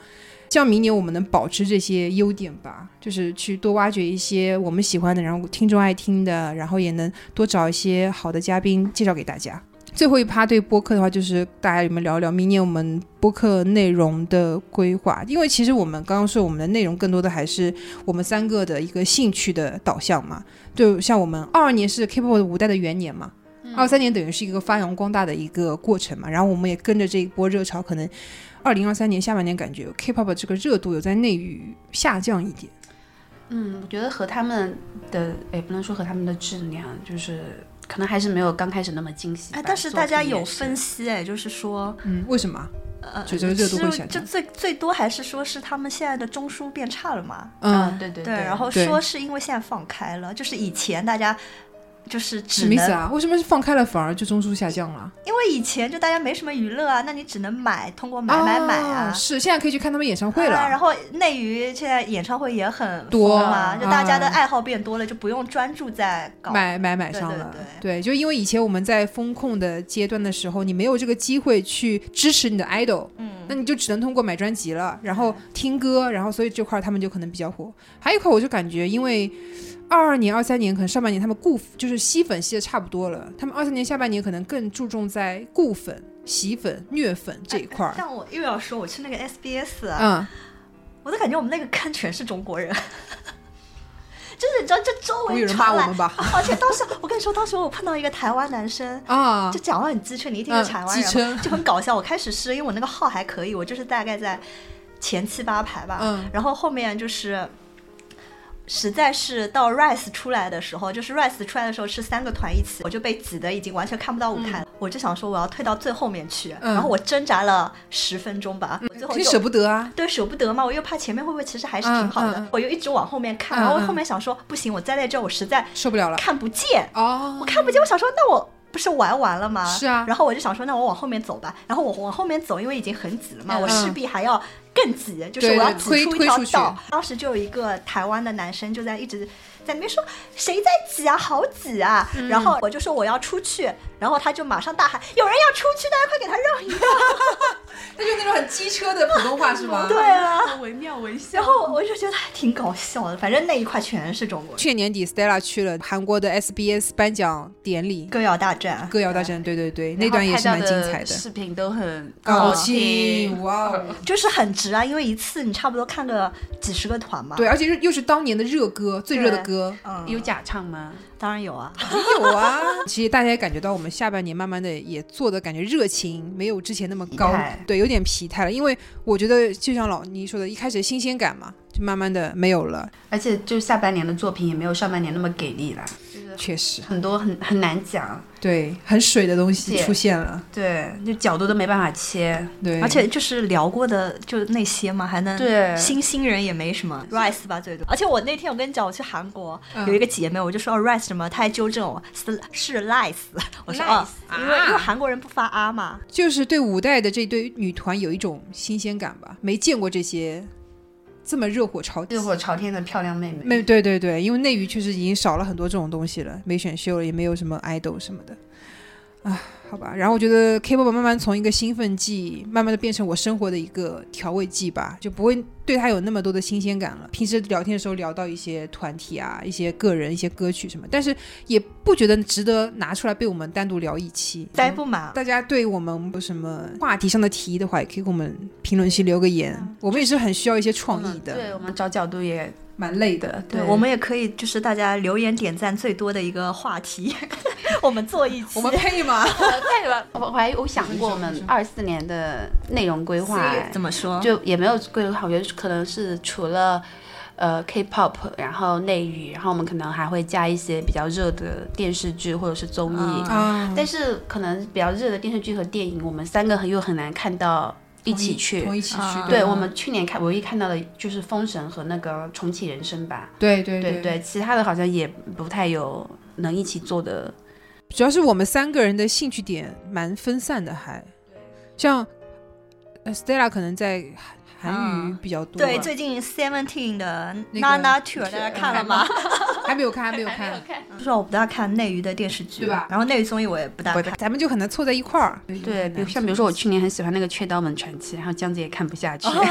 A: 希望明年我们能保持这些优点吧，就是去多挖掘一些我们喜欢的，然后听众爱听的，然后也能多找一些好的嘉宾介绍给大家。最后一趴对播客的话，就是大家有没有聊一聊明年我们播客内容的规划？因为其实我们刚刚说我们的内容更多的还是我们三个的一个兴趣的导向嘛。就像我们二二年是 K-pop 的五代的元年嘛，
B: 嗯
A: 二三年等于是一个发扬光大的一个过程嘛。然后我们也跟着这一波热潮，可能二零二三年下半年感觉 K-pop 这个热度有在内娱下降一点。
C: 嗯，我觉得和他们的，也不能说和他们的质量，就是可能还是没有刚开始那么惊喜吧。
B: 哎，但是
C: 作
B: 大
C: 品
B: 家
C: 也
B: 有
C: 是
B: 分析哎，就是说，
A: 嗯，为什么啊？
B: 呃，
A: 就这个热度会
B: 是
A: 下降
B: 就最最多还是说是他们现在的中枢变差了嘛？
C: 啊，
A: 嗯，
C: 对对
B: 对，然 后
A: 对
B: 说是因为现在放开了，就是以前大家就是
A: 什
B: 只
A: 么意
B: 能
A: 思啊？为什么是放开了反而就中枢下降了？
B: 因为以前就大家没什么娱乐啊，那你只能买，通过买买买啊。
A: 哦是现在可以去看他们演唱会了。
B: 啊然后内娱现在演唱会也很
A: 多
B: 疯嘛，就大家的
A: 啊
B: 爱好变多了，就不用专注在搞
A: 买买买上了，对就因为以前我们在风控的阶段的时候，你没有这个机会去支持你的 idol，
B: 嗯
A: 那你就只能通过买专辑了，然后听歌，然后所以这块儿他们就可能比较火。还有一块我就感觉，因为二二年、二三年可能上半年他们固就是吸粉吸的差不多了，他们二三年下半年可能更注重在固粉、洗粉、虐粉这一块儿。
B: 但我又要说，我去那个 SBS 啊，
A: 嗯，
B: 我都感觉我们那个坑全是中国人， 就是你知道，这周
A: 会
B: 围
A: 有人
B: 传
A: 骂我
B: 来
A: 们，吧？
B: 而且当时我跟你说，当时我碰到一个台湾男生。
A: 啊
B: 就，讲话很机车，你一听就
A: 嗯
B: 台
A: 机
B: 湾人
A: 车
B: 嘛，就很搞笑。我开始是因为我那个号还可以，我就是大概在前七八排吧，
A: 嗯
B: 然后后面就是。实在是到 Rise 出来的时候，就是 Rise 出来的时候是三个团一起，我就被挤得已经完全看不到舞台了。我就想说我要退到最后面去，
A: 嗯
B: 然后我挣扎了十分钟吧，我最后
A: 你
B: 就
A: 舍不得啊。
B: 对，舍不得嘛，我又怕前面会不会其实还是
A: 嗯
B: 挺好的，
A: 嗯嗯
B: 我又一直往后面看，
A: 嗯
B: 然后
A: 嗯
B: 后面想说不行，我待在这儿我实在
A: 受不了了
B: 看不见，
A: 哦，
B: 我看不见，我想说那我。不是玩完了吗？
A: 是啊
B: 然后我就想说，那我往后面走吧。然后我往后面走，因为已经很挤了嘛，
A: 嗯
B: 我势必还要更挤，就是
A: 对
B: 我要
A: 对
B: 挤
A: 推
B: 出一
A: 推
B: 条
A: 出去
B: 道。当时就有一个台湾的男生就在一直在那边说：“谁在挤啊？好挤啊！”
A: 嗯
B: 然后我就说我要出去，然后他就马上大喊：“有人要出去，大家快给他让一让！”
A: 那就那种很机车的普通话是吗？
B: 对啊，
D: 惟妙惟肖
B: 然
A: 嗯
B: 后我就觉得还挺搞笑的，反正那一块全是中国人。
A: 去年年底，Stella 去了韩国的 SBS 颁奖典礼
B: 歌谣大战，
A: 歌谣大战，对对对，
C: 然
A: 那
C: 后
A: 段也
C: 拍
A: 是
C: 到
A: 蛮精
C: 的
A: 彩的。
C: 视频都很
A: 高
C: 清。
A: 清，哇哦！
B: 就是很值啊，因为一次你差不多看个几十个团嘛。
A: 对，，而且是又是当年的热歌，最热的歌。
B: 嗯，
C: 有假唱吗？
B: 当然有啊。
A: 有啊， 其实大家也感觉到我们下半年慢慢的也做的感觉热情没有之前那么高
C: 疲态，
A: 对，有点疲态了。因为我觉得就像老倪说的，一开始新鲜感嘛，就慢慢的没有了。
C: 而且就下半年的作品也没有上半年那么给力了。就是就是
A: 确实，
C: 很多很很难讲，
A: 对，很水的东西
C: 对
A: 出现了，
C: 对，就角度都没办法切，
A: 对，
B: 而且就是聊过的就那些嘛，还能
C: 对
B: 新新人也没什么，rice 吧最多。而且我那天我跟你讲，我去韩国、
A: 嗯
B: 有一个姐妹，我就说哦 rice 什么，她还纠正我是是 lice，我 说
C: Lice，
B: 哦，因为、
A: 啊
B: 因为韩国人不发 r 嘛，
A: 就是对五代的这对女团有一种新鲜感吧，没见过这些这么热火朝
C: 热火朝天的漂亮妹嗯妹，
A: 没对对对，因为内娱确实已经少了很多这种东西了，没选秀了，也没有什么 idol 什么的，啊，好吧。然后我觉得 K-pop 慢慢从一个兴奋剂，慢慢的变成我生活的一个调味剂吧，就不会对它有那么多的新鲜感了。平时聊天的时候聊到一些团体啊、一些个人、一些歌曲什么，但是也不觉得值得拿出来被我们单独聊一期。嗯
B: 待不满。
A: 大家对我们有什么话题上的提议的话，也可以给我们评论区留个言，我们也是很需要一些创意
C: 我们嗯对
A: 的，
C: 我们找角度也
A: 蛮累的。
C: 对
B: 我们也可以就是大家留言点赞最多的一个话题， 我们做一期。
A: 我们配 吗？
C: 对吧？呃我我还有想过我们二四年的内容规划，哎
B: 怎么说？
C: 就也没有规划，我觉得可能是除了呃 K-pop，然后内娱，然后我们可能还会加一些比较热的电视剧或者是综艺，
B: 嗯
A: 啊，
C: 但是可能比较热的电视剧和电影，我们三个很又很难看到一起去。
A: 同一起去
B: 啊，
C: 对
B: 嗯
C: 我们去年看唯一看到的就是《封神》和那个《重启人生》吧，
A: 对对
C: 对
A: 对，
C: 对，其他的好像也不太有能一起做的。
A: 主要是我们三个人的兴趣点蛮分散的，还像呃 Stella 可能在韩韩语
B: 啊
A: 比较多吧，
B: 对，最近 Seventeen 的
A: 那个
B: Nana Tour 大家看 了吗？
A: 还没有看，还 没有看，
C: 看，
B: 不知道，我不大看内娱的电视剧，
A: 对吧
B: 然后内娱综艺我也不大看。
A: 咱们就很难凑在一块儿。
C: 对，比如像比如说我去年很喜欢那个《雀刀门传奇》，然后姜子也看不下去，
A: 哦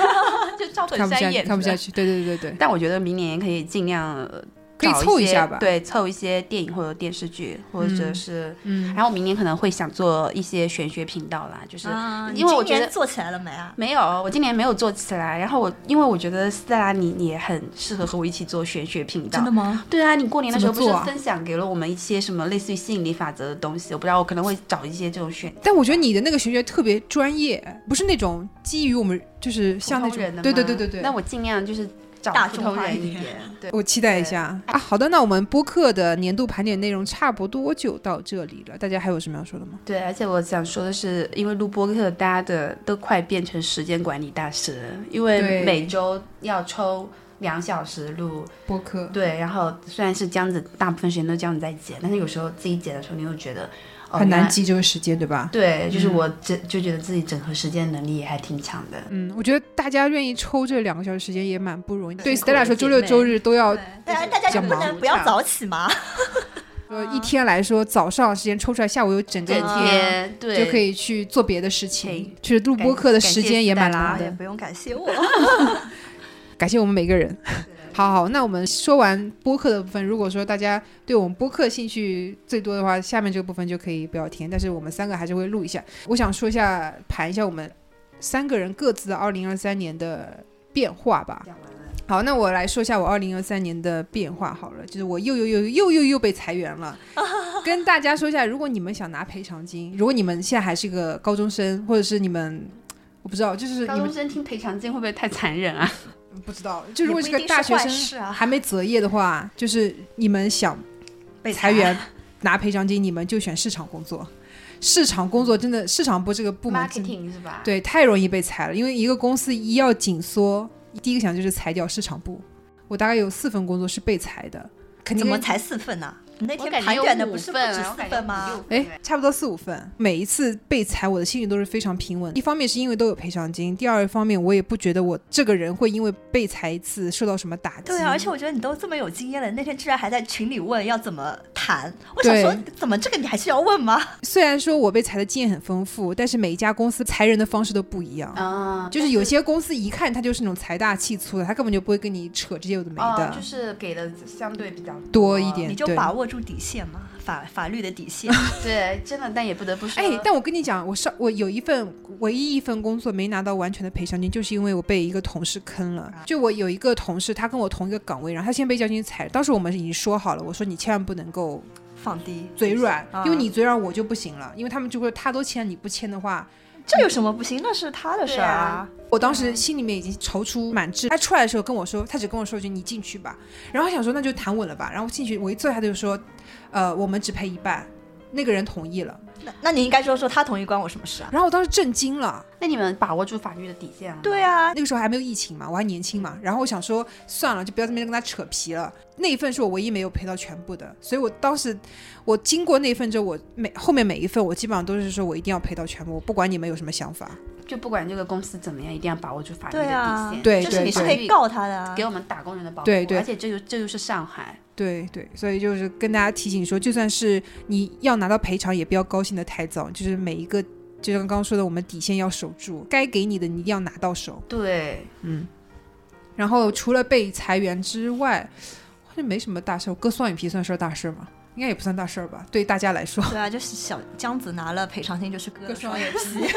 C: 就赵本
A: 看不下
C: 山
A: 去，
C: 演
A: 看不下
C: 的
A: 去，对对对对，
C: 但我觉得明年也可以尽量呃
A: 可以
C: 找
A: 凑一
C: 些
A: 下吧
C: 对，凑一些电影或者电视剧，或者
A: 嗯
C: 是，
A: 嗯，
C: 然后明年可能会想做一些玄学频道啦，就是
B: 啊，你
C: 因为我
B: 今
C: 觉
B: 年
C: 得。
B: 做起来了没啊？
C: 没有，我今年没有做起来。然后我，因为我觉得斯黛拉你你也很适合和我一起做玄学频道。
B: 真的？吗？
C: 对啊，你过年的
A: 怎
C: 时
A: 么
C: 候不是
A: 做啊
C: 分享给了我们一些什么类似于吸引力法则的东西？我不知道，我可能会找一些这种玄
A: 但我觉得你的那个玄学特别专业，不是那种基于我们就是像那
C: 普
A: 种
C: 通人的
A: 对对
C: 吗
A: 对对对。
C: 那我尽量就是找
B: 大
C: 普
B: 众
C: 通
B: 化
C: 人
B: 一
C: 一
B: 点
C: 点。对，
A: 我期待一下啊！好的，那我们播客的年度盘点内容差不多就到这里了，大家还有什么要说的吗？
C: 对，而且我想说的是，因为录播课，大家的都快变成时间管理大师了，因
A: 对
C: 为每周要抽两小时录。
A: 播客
C: 对，然后虽然是这样子，大部分时间都这样子在剪，但是有时候自己剪的时候，你又觉得、哦、
A: 很
C: 原
A: 难
C: 来。
A: 记这个时间，对吧？
C: 对，就是我整、就觉得自己整合时间能力也还挺强的。
A: 嗯，我觉得大家愿意抽这两个小时时间也蛮不容易。对
C: 辛苦
A: Stella
C: 了
A: 说，
C: 姐
A: 周六
C: 妹
A: 周日都要
B: 大啊家大家就
A: 讲
B: 不
A: 忙
B: 能不要早起吗？
A: 说
C: 啊
A: 一天来说，早上时间抽出来，下午有整个
C: 整天嗯对
A: 就可
C: 以
A: 以去做别的事
C: 可
A: 情
C: 以。
A: 其实录播
C: 感
A: 课的
C: 感
A: 时
C: 谢
A: 间也蛮
C: Stella
A: 拉
B: 啊，
A: 的
B: 也。不用感谢我。
A: 感谢我们每个人。好好，那我们说完播客的部分，如果说大家对我们播客兴趣最多的话，下面这个部分就可以不要听，但是我们三个还是会录一下。我想说一下，盘一下我们三个人各自的二零二三年的变化吧。好，那我来说一下我二零二三年的变化好了，就是我又又又又又又被裁员了。跟大家说一下，如果你们想拿赔偿金，如果你们现在还是个高中生，或者是你们我不知道，就是
C: 高
A: 你们
C: 中生听赔偿金会不会太残忍啊？
A: 不知道，就如果
B: 也不
A: 是
B: 一
A: 个
B: 定
A: 大
B: 是
A: 学
B: 坏事
A: 生
B: 啊
A: 还没择业的话，就是你们想
B: 被
A: 裁员拿赔偿金，你们就选市场工作。市场工作真的，市场部这个部门真的
C: Marketing 是吧？
A: 对太容易被裁了，因为一个公司一要紧缩，第一个想就是裁掉市场部。我大概有四份工作是被裁的，肯定
B: 怎
A: 跟
B: 么才四份呢？你那
C: 我
B: 天
C: 感觉
B: 盘
C: 有
B: 点的
C: 五
B: 不是不
C: 份
B: 止
C: 啊我
B: 四
C: 感觉
B: 份吗
C: 有五？
A: 哎
C: 份，
A: 差不多四五份。每一次被裁，我的心情都是非常平稳。一方面是因为都有赔偿金，第二方面我也不觉得我这个人会因为被裁一次受到什么打击。
B: 对啊，而且我觉得你都这么有经验了，那天居然还在群里问要怎么谈，我想说怎么这个你还需要问吗？
A: 虽然说我被裁的经验很丰富，但是每一家公司裁人的方式都不一样。
C: 啊，
A: 就是有些公司一看他就是那种财大气粗的，他根本就不会跟你扯这些有的没的，
C: 哦，就是给的相对比较
A: 多一点
B: 你就
A: 对
B: 把握住底线嘛，法法律的底线。
C: 对，真的，但也不得不说，
A: 哎，但我跟你讲，我上我有一份唯一一份工作没拿到完全的赔偿金，就是因为我被一个同事坑了。
C: 啊
A: 就我有一个同事，他跟我同一个岗位，然后他先被交警裁，当时我们已经说好了，我说你千万不能够
B: 放低
A: 嘴软，
B: 啊
A: 因为你嘴软我就不行了，因为他们就会他都签你不签的话，
B: 这有什么不行？那是他的事儿啊。
A: 我当时心里面已经踌躇满志。他出来的时候跟我说，他只跟我说一句“你进去吧”，然后我想说那就谈我了吧。然后进去我一坐下他就说，呃，我们只赔一半。那个人同意了，
B: 那那你应该说说他同意关我什么事啊？
A: 然后我当时震惊了。
C: 那你们把握住法律的底线了。
B: 对啊，
A: 那个时候还没有疫情嘛，我还年轻嘛，然后我想说算了，就不要这么跟他扯皮了。那一份是我唯一没有赔到全部的，所以我当时我经过那一份之后，我每后面每一份我基本上都是说我一定要赔到全部，我不管你们有什么想法。
C: 就不管这个公司怎么样，一定要把握住法律的
B: 对啊
C: 底线。
A: 对
B: 这
C: 这
B: 是
C: 是
B: 你
C: 你
B: 是
A: 对
B: 可以告他的啊。
C: 给我们打工人的保护，
A: 对对
C: 而且这就这就是上海，
A: 对对，所以就是跟大家提醒说，就算是你要拿到赔偿，也不要高兴的太早，就是每一个。就像刚刚说的，我们底线要守住，该给你的你一定要拿到手。
C: 对，
A: 嗯，然后除了被裁员之外，好像没什么大事儿。割双眼皮算事儿大事儿吗？应该也不算大事儿吧，对于大家来说。
B: 对啊，就是小姜子拿了赔偿金，就是割
A: 割
B: 了
A: 双
B: 双眼皮，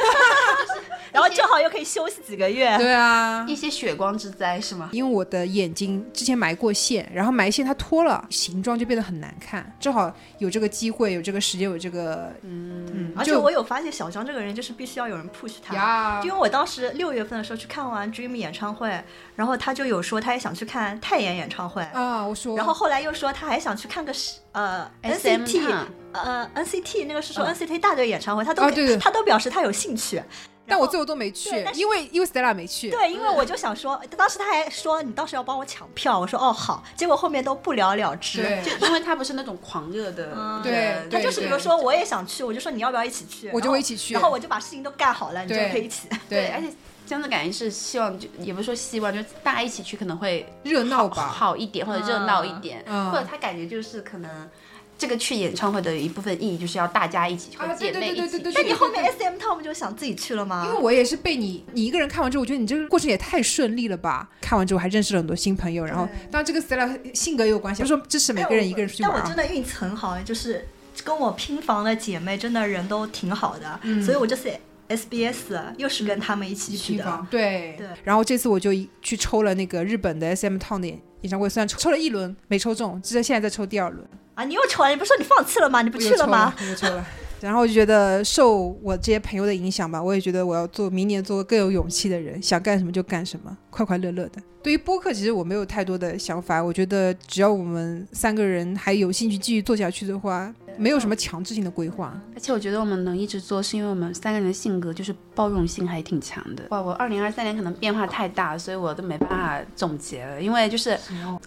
B: 然后正好又可以休息几个月。
A: 对啊，
C: 嗯一些血光之灾是吗？
A: 因为我的眼睛之前埋过线，然后埋线它脱了，形状就变得很难看。正好有这个机会，有这个时间，有这个
C: 嗯，
B: 而且
A: 就啊
B: 我有发现，小张这个人就是必须要有人 push 他。
A: 呀
B: 就因为我当时六月份的时候去看完 Dream 演唱会，然后他就有说他也想去看泰妍演唱会，
A: 啊，我说，
B: 然后后来又说他还想去看个是呃
C: SM
B: NCT
C: Town
B: 呃 NCT 那个是说
C: 嗯
B: NCT 大队演唱会，他都、
A: 啊对对
B: 他都表示他有兴趣。
A: 但我
B: 然后
A: 最后都没去
B: 对，但是
A: 因为因为 Stella 没去。
B: 对，因为我就想说，当时他还说你到时候要帮我抢票，我说哦好，结果后面都不了了之。
A: 对
C: 就因为他不是那种狂热的
B: 嗯
C: 人，
A: 对
B: 他就是
A: 对
B: 比如说我也想去，我就说你要不要一起去，
A: 我就
B: 然后
A: 一起去
B: 然后我就把事情都干好了，你就
A: 对
B: 可以一起。
C: 对，而且这样的感觉是希望，就也不是说希望，就大家一起去可能会
A: 热闹吧，
C: 好一点，或者热闹一点，
A: 嗯
C: 或者他感觉就是可能这个去演唱会的一部分意义就是要大家一起，
A: 啊
C: 和姐妹一起
A: 对对对对
C: 去
A: 对
B: 那你后面 S M Tom 就想自己去了吗？
A: 因为我也是被你你一个人看完之后，我觉得你这个过程也太顺利了吧。看完之后还认识了很多新朋友，然后当然这个 Stella 性格也有关系，不是说支持每个人一个人出去
B: 但
A: 玩
B: 哎我
A: 啊
B: 真。的运气很好，就是跟我拼房的姐妹真的人都挺好的，
A: 嗯
B: 所以我这次 SBS 又是跟他们一起去的。
A: 对
B: 对
A: 然后这次我就一去抽了那个日本的 SM Town 的演演唱会，虽然抽抽了一轮没抽中，直到现在在抽第二轮，
B: 啊，你又抽了？你不是说你放弃了吗？你不
A: 我
B: 去
A: 又抽
B: 了吗？
A: 我又抽了。 然后我就觉得受我这些朋友的影响吧，我也觉得我要做明年做个更有勇气的人，想干什么就干什么，快快乐乐的。对于播客，其实我没有太多的想法，我觉得只要我们三个人还有兴趣继续做下去的话，没有什么强制性的规划。
C: 而且我觉得我们能一直做，是因为我们三个人的性格就是包容性还挺强的。哇，我二零二三年可能变化太大，所以我都没办法总结了。因为就是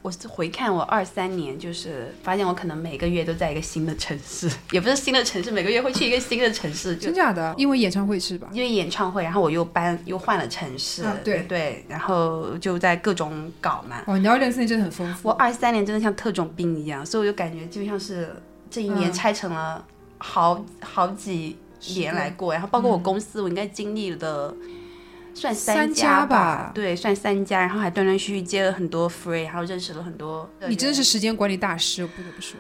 C: 我是回看我二三年，就是发现我可能每个月都在一个新的城市， 也不是新的城市，每个月会去一个新的城市，就
A: 真假的？因为演唱会是吧？
C: 因为演唱会，然后我又搬又换了城市，
A: 啊对
C: 嗯对，然后就在各种搞嘛。
A: 哦，你聊人生真的很丰富。
C: 我二三年真的像特种兵一样，所以我就感觉就像是这一年
A: 嗯
C: 拆成了好、好几年来过，然后包括我公司，我应该经历了。算
A: 嗯三
C: 家
A: 家吧
C: 对，算三家，然后还断断续续接了很多 free，然后认识了很多。
A: 你真是时间管理大师，我不得不说。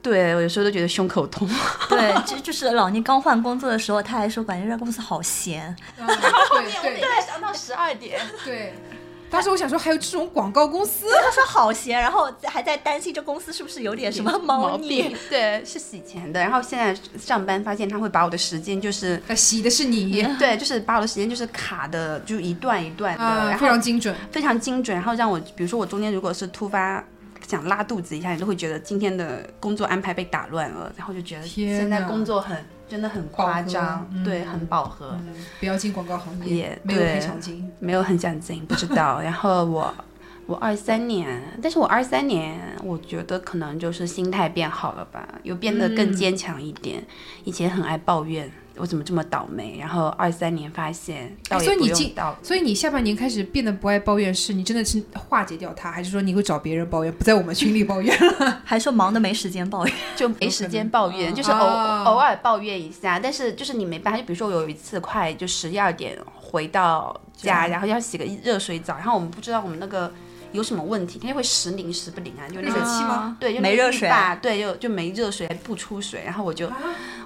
C: 对我有时候都觉得胸口痛，
B: 对，就就是老倪刚换工作的时候，他还说感觉这公司好闲。
A: 然后后面
C: 每天想到十二 点。
A: 对，当时我想说，还有这种广告公司？
B: 他说好闲，然后还在担心这公司是不是有点什么猫腻。？
C: 对，是洗钱的。然后现在上班发现他会把我的时间就 是，
A: 呃，洗的是 你
C: 对，就是把我的时间就是卡的，就一段一段的，
A: 啊，
C: 然
A: 非
C: 后
A: 常精准。
C: 非常精准，然后让我，比如说我中间如果是突发。想拉肚子一下，你就会觉得今天的工作安排被打乱了，然后就觉得
A: 天
C: 现在
A: 哪
C: 工作很真的很夸张
A: 饱和，嗯
C: 对，很饱和。
A: 不要进广告行业
C: 也，
A: 没有
C: 对
A: 赔偿金。
C: 没有很想进，不知 道。然后我我二三年，但是我二三年，我觉得可能就是心态变好了吧，又变得更
A: 嗯
C: 坚强一点。以前很爱抱怨我怎么这么倒霉，然后二三年发现倒
A: 哎所
C: 也
A: 以
C: 不
A: 你
C: 用
A: 进
C: 倒。
A: 所以你下半年开始变得不爱抱怨，是你真的是化解掉它，还是说你会找别人抱怨，不在我们群里抱怨？
B: 还说忙的没时间抱怨，
C: 就没时间抱怨，
A: 嗯
C: 就是偶、
B: 哦
A: 啊
C: 偶尔抱怨一下，但是就是你没办法。就比如说我有一次快就十一二点回到家，
A: 家
C: 然后要洗个热水澡，然后我们不知道我们那个有什么问题，它就会时灵时不灵啊，就那
A: 热
B: 嗯
C: 个
A: 水器吗
C: 对，就
B: 没热水啊
C: 吧，对，就就没热水，不出水，然后我就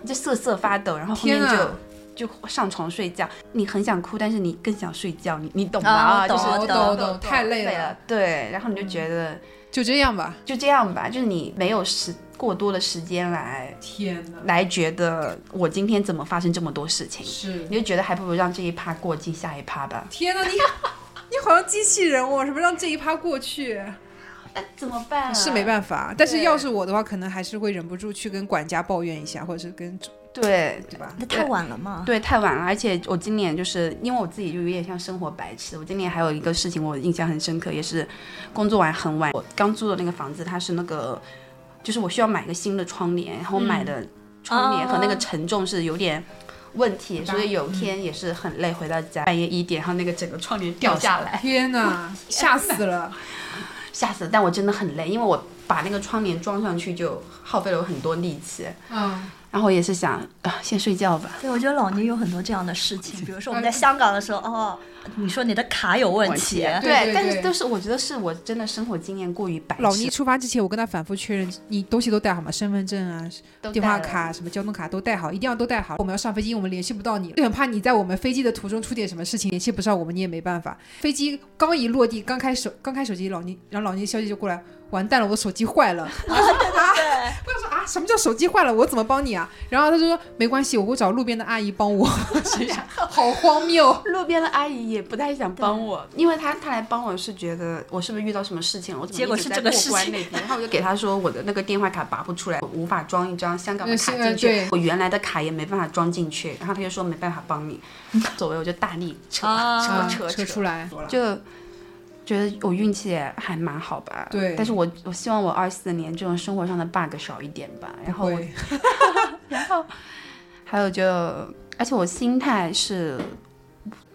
C: 我就瑟瑟发抖，然后后面
A: 天啊
C: 就就上床睡觉。你很想哭，但是你更想睡觉，你你懂吗？
B: 啊我
C: 就
B: 懂
C: 是
B: 我
C: 就
B: 懂
A: 我懂太累了
C: 对
B: 嗯
C: 了，对，然后你就觉得
A: 就这样吧。
C: 就这样吧，就是你没有时过多的时间来
D: 天哪，
C: 来觉得我今天怎么发生这么多事情，
D: 是
C: 你就觉得还不如让这一趴过继下一趴吧。
A: 天哪，你你好像机器人哦，什么让这一趴过去？
C: 那怎么办、啊？
A: 是没办法，但是要是我的话，可能还是会忍不住去跟管家抱怨一下，或者是跟主
C: 对
A: 对吧？
B: 那太晚了嘛。
C: 对，太晚了。而且我今年就是因为我自己就有点像生活白痴，我今年还有一个事情我印象很深刻，也是工作完很晚，我刚租的那个房子，它是那个就是我需要买一个新的窗帘，然后买的窗帘和那个承重是有点。问题，所以有天也是很累，回到家半夜一点，然后那个整个窗帘掉下来，
A: 天哪，吓死了！
C: 吓死了！但我真的很累，因为我把那个窗帘装上去就耗费了我很多力气，
A: 嗯，
C: 然后也是想啊，先睡觉吧。
B: 对，我觉得老年有很多这样的事情，比如说我们
A: 嗯
B: 在香港的时候，哦，你说你的卡有问题，
A: 对对
C: 但
A: 对
C: 是都是我觉得是我真的生活经验过于白痴。
A: 老倪出发之前，我跟他反复确认，你东西都带好吗？身份证啊，
C: 都
A: 电话
C: 带了
A: 卡、什么交通卡都带好，一定要都带好。我们要上飞机，我们联系不到你，就很怕你在我们飞机的途中出点什么事情，联系不上我们，你也没办法。飞机刚一落地，刚开手，刚开手机，老倪，然后老倪消息就过来，完蛋了，我手机坏 了。
B: 对，
A: 我想说啊，什么叫手机坏了？我怎么帮你啊？然后他就说没关系，我会找路边的阿姨帮 我。心想好荒谬。
C: 路边的阿姨也不太想帮我，因为她她来帮我是觉得我是不是遇到什么事情了，我怎么
B: 结果
C: 一直
B: 是
C: 在
B: 这个
C: 过
B: 事
C: 关
B: 情
C: 那边，然后我就给她说我的那个电话卡拔不出来，我无法装一张香港的
A: 嗯
C: 卡
A: 是呃
C: 进去
A: 对，
C: 我原来的卡也没办法装进去，然后她就说没办法帮你，所谓我就大力扯
B: 啊
C: 扯扯
A: 扯
C: 扯
A: 出来，
C: 就觉得我运气也还蛮好吧。
A: 对
C: 但是我我希望我二四年这种生活上的 bug 少一点吧。然后我
A: 对
C: 还有就，而且我心态是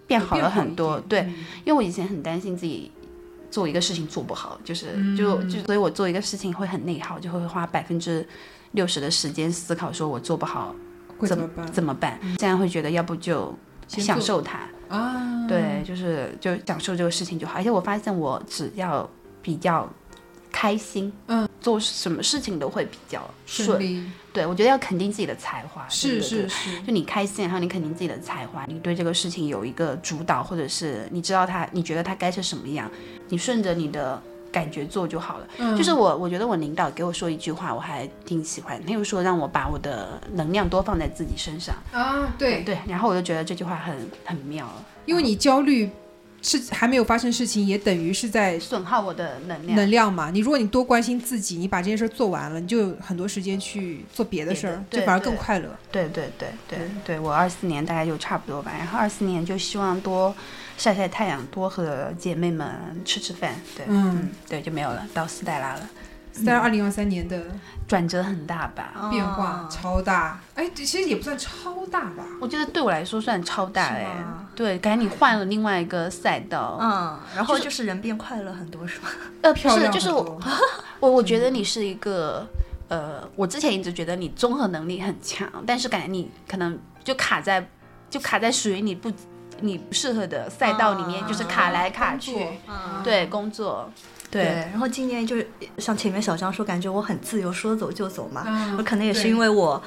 C: 变好了很多。对，
A: 嗯
C: 因为我以前很担心自己。做一个事情做不好，就是、
A: 嗯
C: 就就，所以我做一个事情会很内耗，就会花百分之六十的时间思考，说我做不好
A: 会怎
C: 怎
A: 么办嗯
C: 怎么办？这样会觉得要不就
A: 先
C: 享
A: 做
C: 受它，
A: 啊？
C: 对，就是就享受这个事情就好。而且我发现，我只要比较开心，
A: 嗯，
C: 做什么事情都会比较
A: 顺
C: 顺。
A: 利
C: 对，我觉得要肯定自己的才华，对
A: 是
C: 对
A: 是
C: 对
A: 是，
C: 就你开心，然后你肯定自己的才华，你对这个事情有一个主导，或者是你知道它，你觉得它该是什么样，你顺着你的感觉做就好了。
A: 嗯
C: 就是我，我觉得我领导给我说一句话，我还挺喜欢，他就说让我把我的能量多放在自己身上。
A: 啊，对，
C: 对，然后我就觉得这句话很很妙了，
A: 因为你焦虑是还没有发生事情，也等于是在
C: 损耗我的能量。
A: 能量嘛。你如果你多关心自己，你把这件事儿做完了，你就有很多时间去做别的事儿，
C: 别的
A: 就
C: 对
A: 反而更快乐。
C: 对对对对
A: 嗯
C: 对，我二四年大概就差不多吧。然后二四年就希望多晒晒太阳，多和姐妹们吃吃饭。对，
A: 嗯，
C: 对，就没有了，到斯黛拉了，嗯
A: 在二零二三年的
C: 转折很大吧？
A: 变化超大，哎，这其实也不算超大吧。
C: 我觉得对我来说算超大
B: 是
C: 哎、
B: 吗
C: 对，感觉你换了另外一个赛道。
B: 嗯，然后就是人变快乐很多，是吧？
C: 呃，不
A: 漂
C: 是，
A: 亮
C: 就是
A: 很
C: 我
A: 多，
C: 我我觉得你是一个，呃，我之前一直觉得你综合能力很强，但是感觉你可能就卡在，就卡在属于你不你不适合的赛道里面，就是卡来卡去。
A: 啊工作
B: 嗯，
C: 对工作，
B: 对。然后今年就是像前面小张说，感觉我很自由，说走就走嘛。
A: 嗯
B: 我可能也是
A: 对
B: 因为我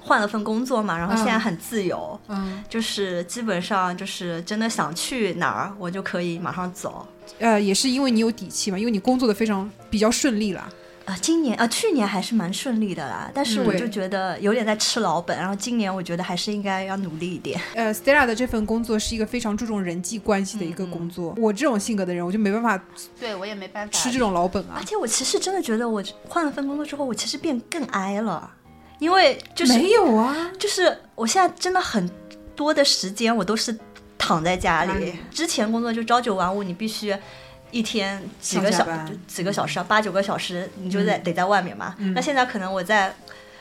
B: 换了份工作嘛，然后现在
A: 嗯
B: 很自由，
A: 嗯，
B: 就是基本上就是真的想去哪儿，我就可以马上走。
A: 呃，也是因为你有底气嘛，因为你工作的非常比较顺利啦。
B: 啊，今年啊，去年还是蛮顺利的啦，但是
A: 嗯
B: 我
A: 对
B: 就觉得有点在吃老本，然后今年我觉得还是应该要努力一点。
A: 呃，Stella 的这份工作是一个非常注重人际关系的
C: 嗯
A: 一个工作。我这种性格的人，我就没办法
C: 对我也没办法
A: 吃这种老本
B: 而
A: 啊。
B: 且我其实真的觉得，我换了份工作之后，我其实变更 I 了，因为 就是
A: 没有啊，
B: 就是我现在真的很多的时间我都是躺在家
A: 家
B: 里
A: 里。
B: 之前工作就朝九晚五，你必须一天几个小
A: 上下班
B: 就几个小时啊，八九个小时，你就在、得在外面嘛。那现在可能我在。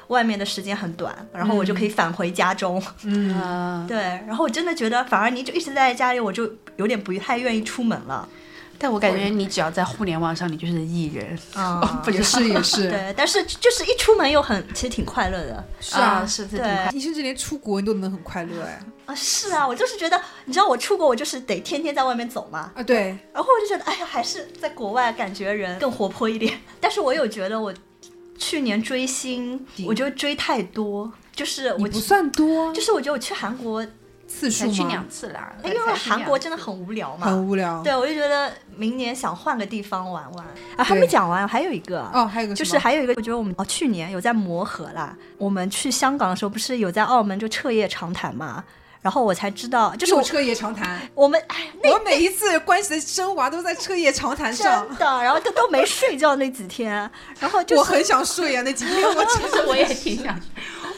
B: 外面的时间很短，然后我就可以返回家中。
A: 嗯，
C: 呃，
B: 对，然后我真的觉得，反而你就一直待在家里，我就有点不太愿意出门了。
C: 但我感觉你只要在互联网上，你就是艺人
B: 啊
A: 也是也是，
B: 对，但是就是一出门又很，其实挺快乐的。
A: 是啊，
C: 是
B: 对
C: 挺快。
A: 你甚至连出国你都能很快乐哎
B: 啊，是啊，我就是觉得，你知道我出国，我就是得天天在外面走嘛，
A: 啊，对，
B: 然后我就觉得，哎呀，还是在国外感觉人更活泼一点。 但是我有觉得，我去年追星，我觉得追太多，就是
A: 你
B: 我
A: 不算多啊，
B: 就是我觉得我去韩国哎
A: 次
C: 才
A: 数
C: 去
A: 吗
C: 两？次啦。
B: 因为
C: 才去
B: 韩
C: 两
B: 国
C: 次
B: 真的很无聊嘛，
A: 很无聊。
B: 对，我就觉得明年想换个地方玩玩。啊，还没讲完，还有一个，啊
A: 哦，还有一个
B: 就
A: 什
B: 是
A: 么
B: 还有一个，我觉得我们哦，去年有在磨合啦。我们去香港的时候，不是有在澳门就彻夜长谈嘛？然后我才知道，就是
A: 又
B: 我
A: 彻夜长谈。
B: 我们哎，那
A: 我每一次关系的升华都在彻夜长谈上
B: 真，的，然后都都没睡觉那几天，然后就
A: 我
B: 是
A: 很想睡啊，那几天我真。
C: 其 实我也挺想去，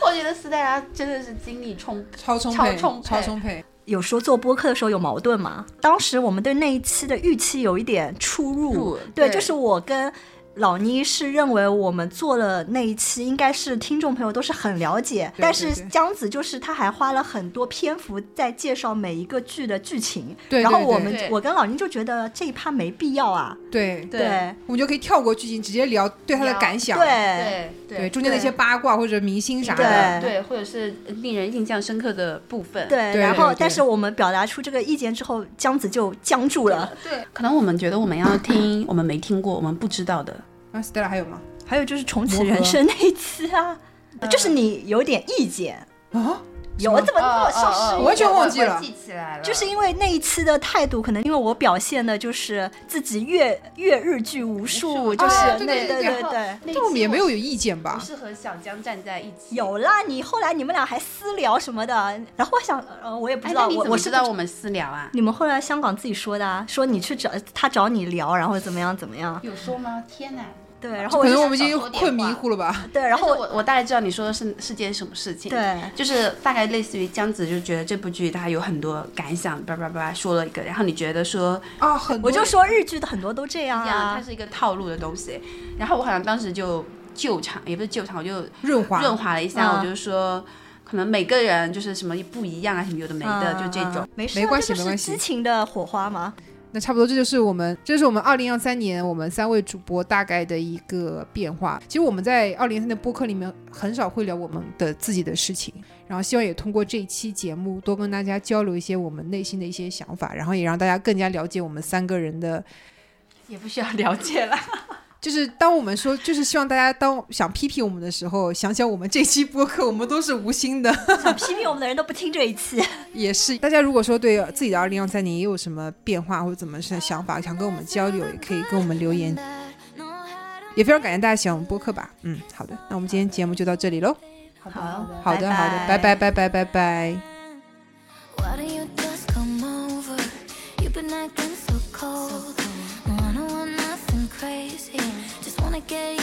C: 我觉得斯黛拉真的是精力充沛
A: 超充
C: 超
A: 沛，
C: 充沛
A: 超充沛。
B: 有说做播客的时候有矛盾嘛？当时我们对那一期的预期有一点出入
C: 入，
B: 对，
C: 对
B: 就是我跟。老倪是认为我们做了那一期，应该是听众朋友都是很了解，
A: 对
B: 但是
A: 对对
B: 江子就是他还花了很多篇幅在介绍每一个剧的剧情，
A: 对
B: 然后
A: 对
B: 我
A: 对
B: 们
C: 对
B: 我跟老倪就觉得这一趴没必要啊，
A: 对，
C: 对
A: 我们就可以跳过剧情，直接聊对他的
C: 聊
A: 感想。
B: 对
C: 对
A: 对，
C: 对
A: 中间的一
B: 对
A: 些八卦或者明星啥
B: 对
A: 的，
C: 对，或者是令人印象深刻的部分。
B: 对，
A: 对
B: 然后
A: 对
B: 但是我们表达出这个意见之后，江子就僵住了。
C: 对，可能我们觉得我们要听我们没听过、我们不知道的。
A: 那啊 Stella 还有吗？
B: 还有就是重启
A: 磨合
B: 人生那一期啊，
A: 嗯
B: 就是你有点意见，
A: 啊，
B: 有怎么那么消
A: 哦
B: 失？
C: 啊
A: 我完全忘记了
C: 记起来了，
B: 就是因为那一期的态度，可能因为我表现的就是自己阅阅日剧无数，
C: 数
B: 就是
A: 啊
B: 那
A: 对对
B: 对
A: 对
B: 对
C: 然后
B: 对，
C: 那
A: 但我们
C: 期
A: 也没有
C: 我
A: 有意见
C: 不
A: 吧？
C: 是和小江站在一起。
B: 有啦，你后来你们俩还私聊什么的，然后我想，呃，我也不
C: 哎，
B: 知
C: 那
B: 道，
C: 你
B: 我
C: 怎
B: 我
C: 么
B: 是
C: 知
B: 不
C: 道我们私聊啊？
B: 你们后来香港自己说的啊，说你去找他找你聊，然后怎么样怎么样，
C: 有说吗？天哪！
B: 对，然
A: 可
B: 后我就
A: 能
B: 想
A: 我们已经
C: 少说点
A: 困
C: 话
A: 迷糊了吧？
B: 对，然后
C: 但
B: 我
C: 是我我大概知道你说的是是件什么事情。
B: 对
C: 就是大概类似于江子就觉得这部剧他有很多感想，叭叭叭说了一个，然后你觉得说
A: 啊，很多
B: 我就说日剧的很多都这样
C: 一样，
B: 哦啊
C: 它，是一个套路的东西。然后我好像当时就救场，也不是救场，我就
A: 润滑
C: 润滑了一下，
B: 嗯
C: 我就说。可能每个人就是什么不一样啊，什么有的没的，
B: 嗯
C: 就这种
B: 嗯。没事啊，
A: 没关系
B: 这就是
A: 没关系
B: 激情的火花 嘛，
A: 那差不多，这就是我们，这是我们二零二三年我们三位主播大概的一个变化。其实我们在二零二三的播客里面很少会聊我们的自己的事情，然后希望也通过这一期节目多跟大家交流一些我们内心的一些想法，然后也让大家更加了解我们三个人的。
C: 也不需要 了解了。
A: 就是当我们说，就是希望大家当想批评我们的时候，想想我们这期播客我们都是无心的，
B: 想批评我们的人都不听这一期，
A: 也是。大家如果说对呃自己的二零二三年也有什么变化或者怎么是想法，想跟我们交流，也可以跟我们留言也非常感谢大家喜欢我们播客吧。嗯，好的，那我们今天节目就到这里喽。
B: 好
A: 好的，好的，拜拜，拜拜，拜拜。
E: Why don't you just come over? You've been acting so cold. No, I don't want nothing crazy. Just wanna get